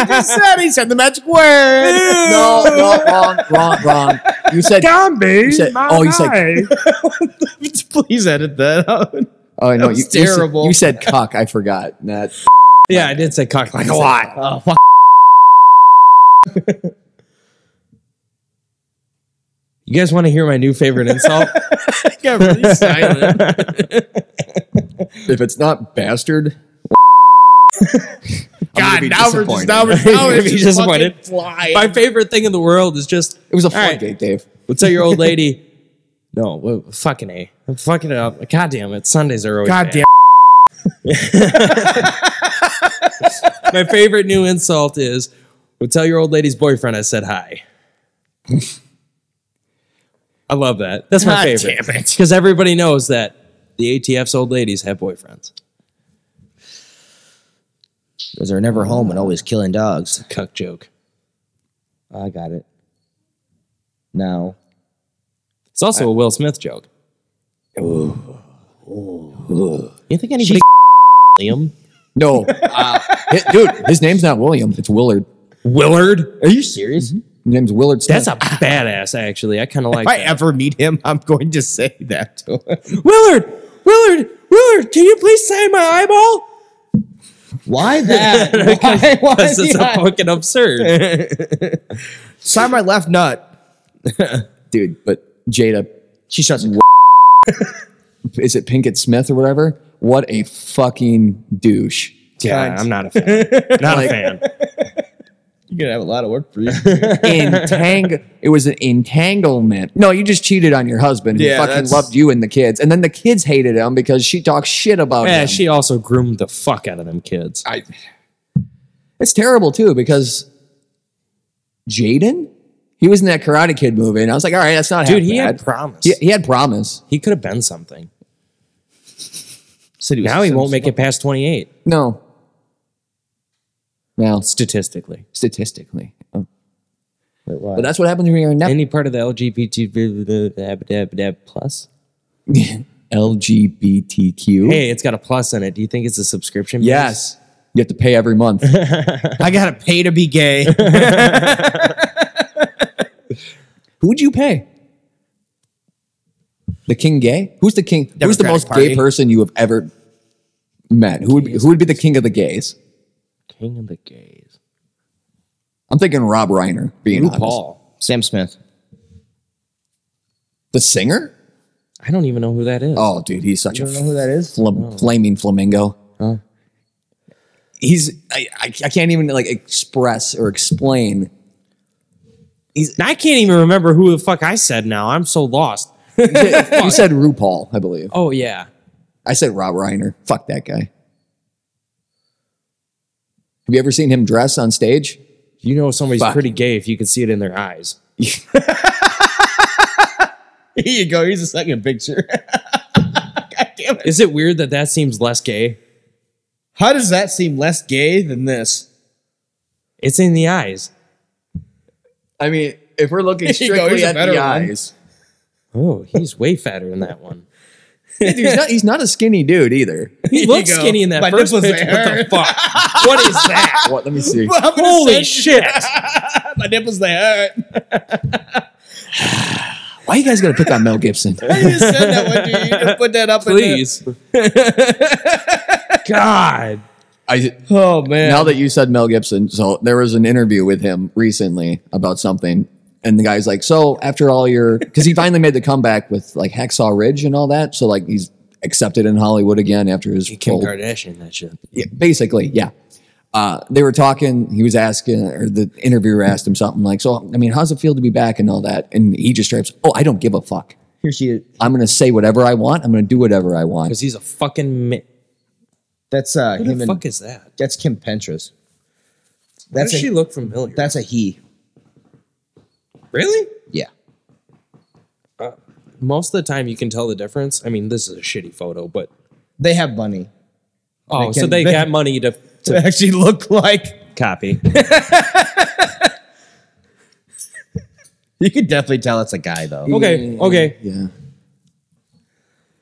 Speaker 3: you just said he said the magic word.
Speaker 2: no, no, wrong, wrong, wrong. You said zombie. You said, oh, you said
Speaker 4: Please edit that out.
Speaker 2: oh no, you,
Speaker 3: was
Speaker 2: you said-
Speaker 3: terrible.
Speaker 2: You said, cock. I forgot that.
Speaker 1: Yeah, I did say cock like a lot.
Speaker 4: Oh, fuck.
Speaker 1: You guys want to hear my new favorite insult?
Speaker 3: Yeah, really silent.
Speaker 2: If it's not bastard,
Speaker 3: God,
Speaker 2: be
Speaker 3: now we're just
Speaker 2: disappointed.
Speaker 3: now we're, now
Speaker 1: You're
Speaker 3: we're
Speaker 1: gonna be
Speaker 3: just
Speaker 1: disappointed.
Speaker 3: fucking flying.
Speaker 1: my favorite thing in the world is just
Speaker 2: it was a
Speaker 1: All right.
Speaker 2: floodgate, Dave.
Speaker 1: We'll tell your old lady. No, well, fucking a. I'm fucking it up. God damn it. Sundays are always.
Speaker 3: God
Speaker 1: bad. My favorite new insult is, "Well, tell your old lady's boyfriend I said hi." I love that. That's my
Speaker 3: God
Speaker 1: favorite.
Speaker 3: damn it.
Speaker 1: Because everybody knows that the ATF's old ladies have boyfriends.
Speaker 4: Because they're never home and always killing dogs.
Speaker 1: Cuck joke.
Speaker 4: I got it. Now.
Speaker 1: It's also a Will Smith joke. You think anybody William
Speaker 2: No, uh, hi- dude, his name's not William. It's Willard.
Speaker 1: Willard?
Speaker 4: Are you serious?
Speaker 3: Mm-hmm.
Speaker 2: His name's Willard. Smith.
Speaker 1: That's a badass. Actually, I kind of
Speaker 3: If
Speaker 1: like.
Speaker 3: I
Speaker 1: that.
Speaker 3: ever meet him, I'm going to say that to him.
Speaker 1: Willard, Willard, Willard, can you please sign my eyeball?
Speaker 4: Why that? why, why
Speaker 1: This is
Speaker 4: the eye-
Speaker 1: fucking absurd.
Speaker 3: Sign my left nut.
Speaker 2: dude. But Jada,
Speaker 4: She shuts her
Speaker 2: is it Pinkett Smith or whatever? What a fucking douche.
Speaker 1: Yeah, I'm not a fan. Not a
Speaker 2: Like-
Speaker 1: fan.
Speaker 3: You're gonna have a lot of work for you.
Speaker 2: Entang- it was an entanglement. No, you just cheated on your husband who
Speaker 3: Yeah,
Speaker 2: fucking
Speaker 3: that's-
Speaker 2: loved you and the kids. And then the kids hated him because she talks shit about
Speaker 1: Yeah,
Speaker 2: him.
Speaker 1: she also groomed the fuck out of them kids.
Speaker 3: I,
Speaker 2: It's terrible too because Jaden, he was in that Karate Kid movie, and I was like, all right, that's not
Speaker 1: Dude,
Speaker 2: half
Speaker 1: he had
Speaker 2: bad.
Speaker 1: promise.
Speaker 2: He, he had promise.
Speaker 1: He could have been something.
Speaker 3: said was
Speaker 1: Now he won't
Speaker 3: since-
Speaker 1: make it past 28,
Speaker 2: No. Well,
Speaker 1: statistically.
Speaker 2: statistically, Oh.
Speaker 4: Wait, why?
Speaker 2: but that's what happens when you're not
Speaker 1: Any part of the LGBT blah, blah, blah, blah, blah, plus?
Speaker 2: LGBTQ.
Speaker 1: Hey, it's got a plus in it. Do you think it's a subscription? base?
Speaker 2: Yes, you have to pay every month.
Speaker 4: I gotta pay to be gay.
Speaker 2: Who would you pay? The king gay? Who's the king? who's the
Speaker 4: Democratic
Speaker 2: most
Speaker 4: Party.
Speaker 2: gay person you have ever met? Who would be, who would be the king of the gays?
Speaker 1: King of the gays.
Speaker 2: I'm thinking Rob Reiner. Being honest.
Speaker 1: Paul.
Speaker 4: Sam Smith.
Speaker 2: the singer.
Speaker 1: I don't even know who that is.
Speaker 2: Oh, dude, he's such a
Speaker 4: You don't know who Oh. that is?
Speaker 2: fl- flaming flamingo. He's I, I I can't even like express or explain.
Speaker 1: And I can't even remember who the fuck I said now. I'm so lost.
Speaker 2: you said RuPaul, I believe.
Speaker 1: Oh, yeah.
Speaker 2: I said Rob Reiner. Fuck that guy. Have you ever seen him dress on stage?
Speaker 1: You know somebody's
Speaker 2: Fuck.
Speaker 1: pretty gay if you can see it in their eyes.
Speaker 3: Here you go. Here's the second picture. God damn it.
Speaker 1: Is it weird that that seems less gay?
Speaker 3: How does that seem less gay than this?
Speaker 1: It's in the eyes.
Speaker 2: I mean, if we're looking
Speaker 3: Here you go,
Speaker 2: strictly
Speaker 3: here's a
Speaker 2: at the
Speaker 3: better one.
Speaker 2: eyes,
Speaker 1: Oh, he's way fatter in that one.
Speaker 2: he's not, he's not a skinny dude either.
Speaker 1: He
Speaker 3: Here you
Speaker 1: looks
Speaker 3: go.
Speaker 1: skinny in that
Speaker 3: My
Speaker 1: first
Speaker 3: nipples
Speaker 1: picture.
Speaker 3: there.
Speaker 1: What the fuck? what is that?
Speaker 2: What? Let me see.
Speaker 3: I'm gonna
Speaker 1: Holy
Speaker 3: send-
Speaker 1: shit!
Speaker 3: My nipples they hurt.
Speaker 2: Why you guys gonna pick on Mel Gibson?
Speaker 3: I just said that one to you. You just put that up. in there.
Speaker 1: Please. God.
Speaker 2: I,
Speaker 3: Oh man.
Speaker 2: now that you said Mel Gibson, so there was an interview with him recently about something, and the guy's like, "So after all your, because he finally made the comeback with like Hacksaw Ridge and all that, so like he's accepted in Hollywood again after his
Speaker 1: Kim
Speaker 2: full-
Speaker 1: Kardashian, that shit.
Speaker 2: yeah, basically, yeah. Uh, they were talking. He was asking, or the interviewer asked him something like, "So, I mean, how's it feel to be back and all that?" And he just stripes, "Oh, I don't give a fuck.
Speaker 4: Here she is.
Speaker 2: I'm gonna say whatever I want. I'm gonna do whatever I want."
Speaker 1: Because he's a fucking. Mi-
Speaker 4: That's uh
Speaker 1: Who
Speaker 4: him
Speaker 1: the
Speaker 4: and
Speaker 1: fuck is that?
Speaker 4: that's Kim Pentras.
Speaker 1: Does
Speaker 4: That's a,
Speaker 1: she look familiar?
Speaker 4: that's a he.
Speaker 1: really?
Speaker 4: Yeah.
Speaker 1: Most of the time, you can tell the difference. I mean, this is a shitty photo, but
Speaker 4: They have money.
Speaker 1: oh, so
Speaker 4: can-
Speaker 1: they
Speaker 4: they-
Speaker 1: got money to
Speaker 3: They actually look like
Speaker 1: copy.
Speaker 4: You could definitely tell it's a guy though.
Speaker 1: Okay, okay.
Speaker 2: Yeah.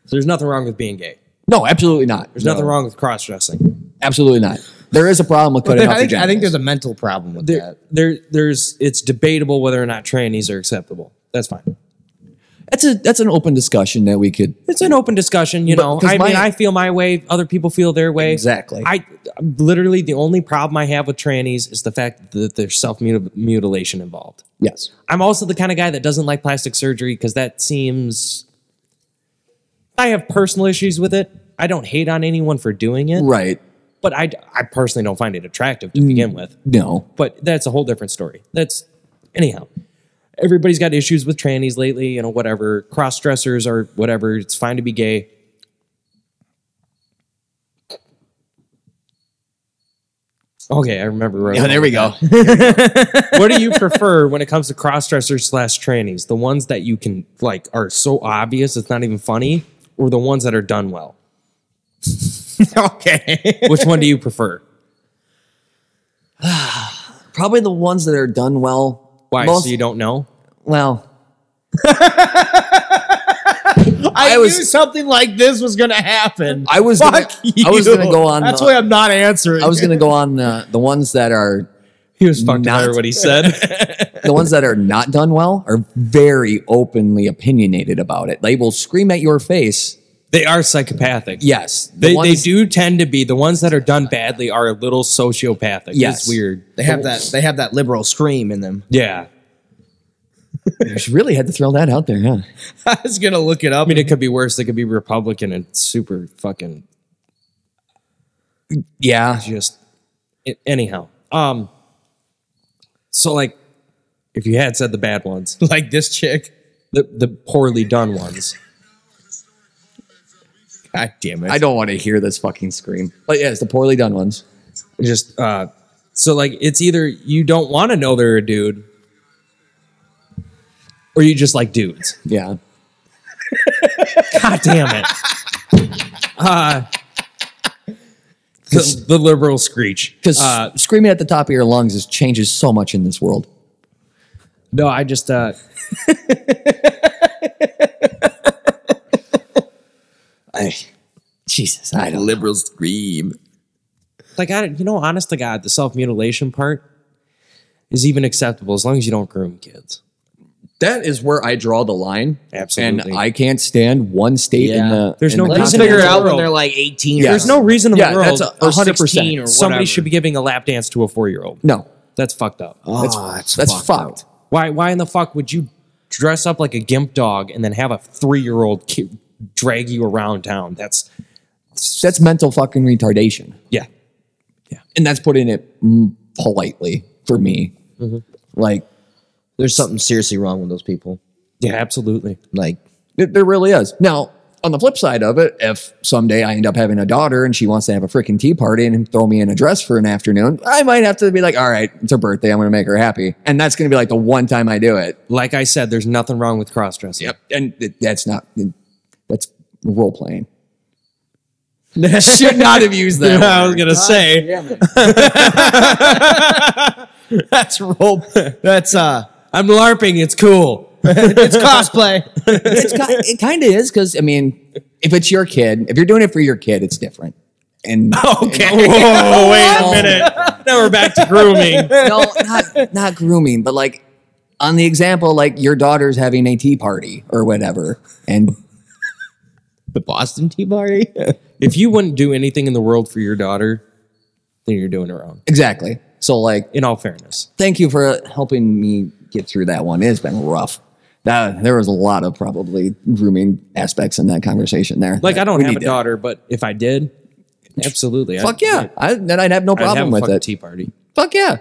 Speaker 1: So there's nothing wrong with being gay.
Speaker 2: No, absolutely not.
Speaker 1: There's nothing wrong with cross dressing.
Speaker 2: Absolutely not. There is a problem with cutting off
Speaker 4: I think,
Speaker 2: your
Speaker 4: I think
Speaker 2: genitals.
Speaker 4: there's a mental problem with
Speaker 1: There,
Speaker 4: that.
Speaker 1: there, there's. It's debatable whether or not trannies are acceptable. That's fine.
Speaker 2: that's a that's an open discussion that we could.
Speaker 1: It's an open discussion, you
Speaker 2: But-
Speaker 1: know.
Speaker 2: 'cause
Speaker 1: I
Speaker 2: my-
Speaker 1: mean, I feel my way. Other people feel their way.
Speaker 2: Exactly.
Speaker 1: I literally the only problem I have with trannies is the fact that there's self mutilation involved.
Speaker 2: Yes.
Speaker 1: I'm also the kind of guy that doesn't like plastic surgery because that seems. I have personal issues with it. I don't hate on anyone for doing it,
Speaker 2: Right. Mm.
Speaker 1: but I, I personally don't find it attractive to begin with.
Speaker 2: No.
Speaker 1: But that's a whole different story. That's anyhow. Everybody's got issues with trannies lately, you know, whatever. Cross dressers or whatever. It's fine to be gay. Okay, I remember. where I was going
Speaker 2: we go.
Speaker 1: what do you prefer when it comes to cross dressers slash trannies? The ones that you can like are so obvious it's not even funny, or the ones that are done well?
Speaker 3: okay.
Speaker 1: Which one do you prefer?
Speaker 2: Probably the ones that are done well.
Speaker 1: Why?
Speaker 2: Most-
Speaker 1: so you don't know?
Speaker 2: well.
Speaker 3: I,
Speaker 2: I was-
Speaker 3: knew something like this was gonna happen.
Speaker 2: I was
Speaker 3: Fuck
Speaker 2: gonna- I was
Speaker 3: you.
Speaker 2: gonna go on,
Speaker 3: That's
Speaker 2: uh,
Speaker 3: why I'm not answering.
Speaker 2: I was going to go on uh, the ones that are
Speaker 1: He was fucked
Speaker 2: Not-
Speaker 1: up what he said.
Speaker 2: the ones that are not done well are very openly opinionated about it. They will scream at your face.
Speaker 1: they are psychopathic.
Speaker 2: Yes, the
Speaker 1: They, they
Speaker 2: ones-
Speaker 1: do tend to be the ones that are done badly are a little sociopathic.
Speaker 2: Yes.
Speaker 1: It's weird.
Speaker 4: They have that they have that liberal scream in them.
Speaker 1: Yeah.
Speaker 2: She really had to throw that out there, huh?
Speaker 3: I was gonna look it
Speaker 1: I
Speaker 3: up.
Speaker 1: mean, it could be worse. They could be Republican and super fucking
Speaker 2: Yeah,
Speaker 1: just. It, anyhow, um, So like, if you had said the bad ones,
Speaker 3: Like this chick.
Speaker 1: the the poorly done ones.
Speaker 3: God damn it.
Speaker 2: I don't want to hear this fucking scream. But yeah, it's the poorly done ones.
Speaker 1: just uh so like it's either you don't want to know they're a dude or you just like dudes
Speaker 2: Yeah.
Speaker 1: god damn it uh the, the liberal screech
Speaker 2: Because
Speaker 1: uh
Speaker 2: screaming at the top of your lungs is changes so much in this world.
Speaker 1: no i just uh
Speaker 2: I, Jesus, I don't.
Speaker 3: liberal scream.
Speaker 1: like i you know honest to god the self-mutilation part is even acceptable as long as you don't groom kids
Speaker 2: That is where I draw the line.
Speaker 1: Absolutely.
Speaker 2: And I can't stand one state in
Speaker 4: Yeah.
Speaker 2: the.
Speaker 1: There's
Speaker 2: in
Speaker 1: no
Speaker 2: the
Speaker 1: Let
Speaker 4: Let
Speaker 1: us
Speaker 4: us
Speaker 2: continent.
Speaker 1: figure
Speaker 4: figure
Speaker 1: out
Speaker 4: out
Speaker 1: when
Speaker 4: when
Speaker 1: they're
Speaker 4: they're like 18
Speaker 2: Yeah.
Speaker 1: there's no reason in
Speaker 2: Yeah,
Speaker 1: the world
Speaker 2: that's a-
Speaker 4: or
Speaker 2: 100%.
Speaker 4: 16 or
Speaker 1: somebody
Speaker 4: whatever.
Speaker 1: should be giving a lap dance to a four-year-old
Speaker 2: No,
Speaker 1: that's fucked up
Speaker 4: Oh,
Speaker 2: that's
Speaker 4: fucked up.
Speaker 2: fucked.
Speaker 1: Why? Why in the fuck would you dress up like a gimp dog and then have a three-year-old kid drag you around town? That's
Speaker 2: That's mental fucking retardation.
Speaker 1: yeah.
Speaker 2: And that's putting it mm, politely for me. Like,
Speaker 4: There's something seriously wrong with those people.
Speaker 1: Yeah, absolutely.
Speaker 4: Like,
Speaker 2: It, there really is. Now, on the flip side of it, if someday I end up having a daughter and she wants to have a freaking tea party and throw me in a dress for an afternoon, I might have to be like, all right, it's her birthday. I'm going to make her happy. And that's going to be like the one time I do it.
Speaker 1: Like I said, there's nothing wrong with cross-dressing.
Speaker 2: And th- that's not, that's role playing. Should not have used that.
Speaker 1: I
Speaker 2: word.
Speaker 1: was gonna say
Speaker 3: That's rope. That's uh
Speaker 1: I'm larping. It's cool.
Speaker 3: it's cosplay.
Speaker 2: it's ki- it kind of is because, I mean, if it's your kid, if you're doing it for your kid, it's different. And
Speaker 1: Whoa, wait
Speaker 2: Oh.
Speaker 1: now we're back to grooming.
Speaker 2: no, not not grooming, but like on the example, like your daughter's having a tea party or whatever, and
Speaker 4: the Boston Tea Party?
Speaker 1: If you wouldn't do anything in the world for your daughter, then you're doing it wrong.
Speaker 2: exactly. So like,
Speaker 1: In all fairness,
Speaker 2: thank you for helping me get through that one. It's been rough. That there was a lot of probably grooming aspects in that conversation there.
Speaker 1: like I don't
Speaker 2: We
Speaker 1: have a
Speaker 2: need to-
Speaker 1: daughter, but if I did, absolutely,
Speaker 2: Fuck
Speaker 1: I,
Speaker 2: yeah, I, then I'd have no
Speaker 1: I'd have
Speaker 2: problem
Speaker 1: a
Speaker 2: with
Speaker 1: fucking
Speaker 2: it.
Speaker 1: tea party.
Speaker 2: Fuck yeah,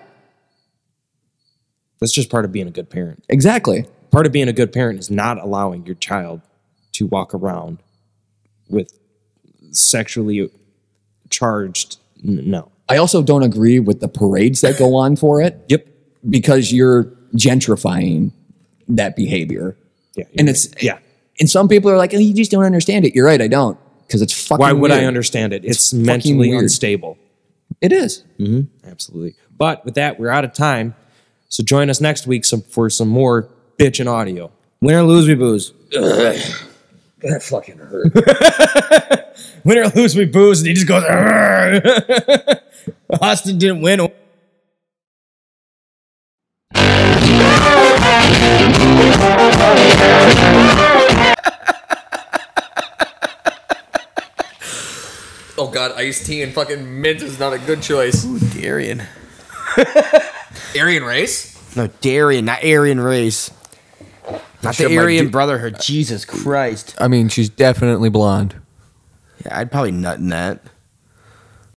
Speaker 1: That's just part of being a good parent.
Speaker 2: exactly.
Speaker 1: part of being a good parent is not allowing your child to walk around with sexually charged n- no
Speaker 2: I also don't agree with the parades that go on for it
Speaker 1: yep
Speaker 2: because you're gentrifying that behavior.
Speaker 1: yeah you're
Speaker 2: And
Speaker 1: right.
Speaker 2: it's
Speaker 1: yeah
Speaker 2: And some people are like, oh, you just don't understand it. You're right, I don't. Because it's fucking
Speaker 1: why would i
Speaker 2: weird.
Speaker 1: understand it it's, mentally
Speaker 2: weird.
Speaker 1: unstable
Speaker 2: It is.
Speaker 1: absolutely but with that we're out of time so join us next week some, for some more bitch and audio
Speaker 4: Win or lose, we booze.
Speaker 3: Win or lose, we booze, and he just goes. "Arrgh." Austin didn't win.
Speaker 2: Oh, God, iced tea and fucking mint is not a good choice.
Speaker 5: Darian.
Speaker 2: Aryan race?
Speaker 5: No, Darian, not Aryan race. Not the
Speaker 2: Shit, my
Speaker 5: Aryan
Speaker 2: du-
Speaker 5: Brotherhood. Jesus Christ.
Speaker 2: I mean, she's definitely blonde.
Speaker 5: Yeah, I'd probably nut in that.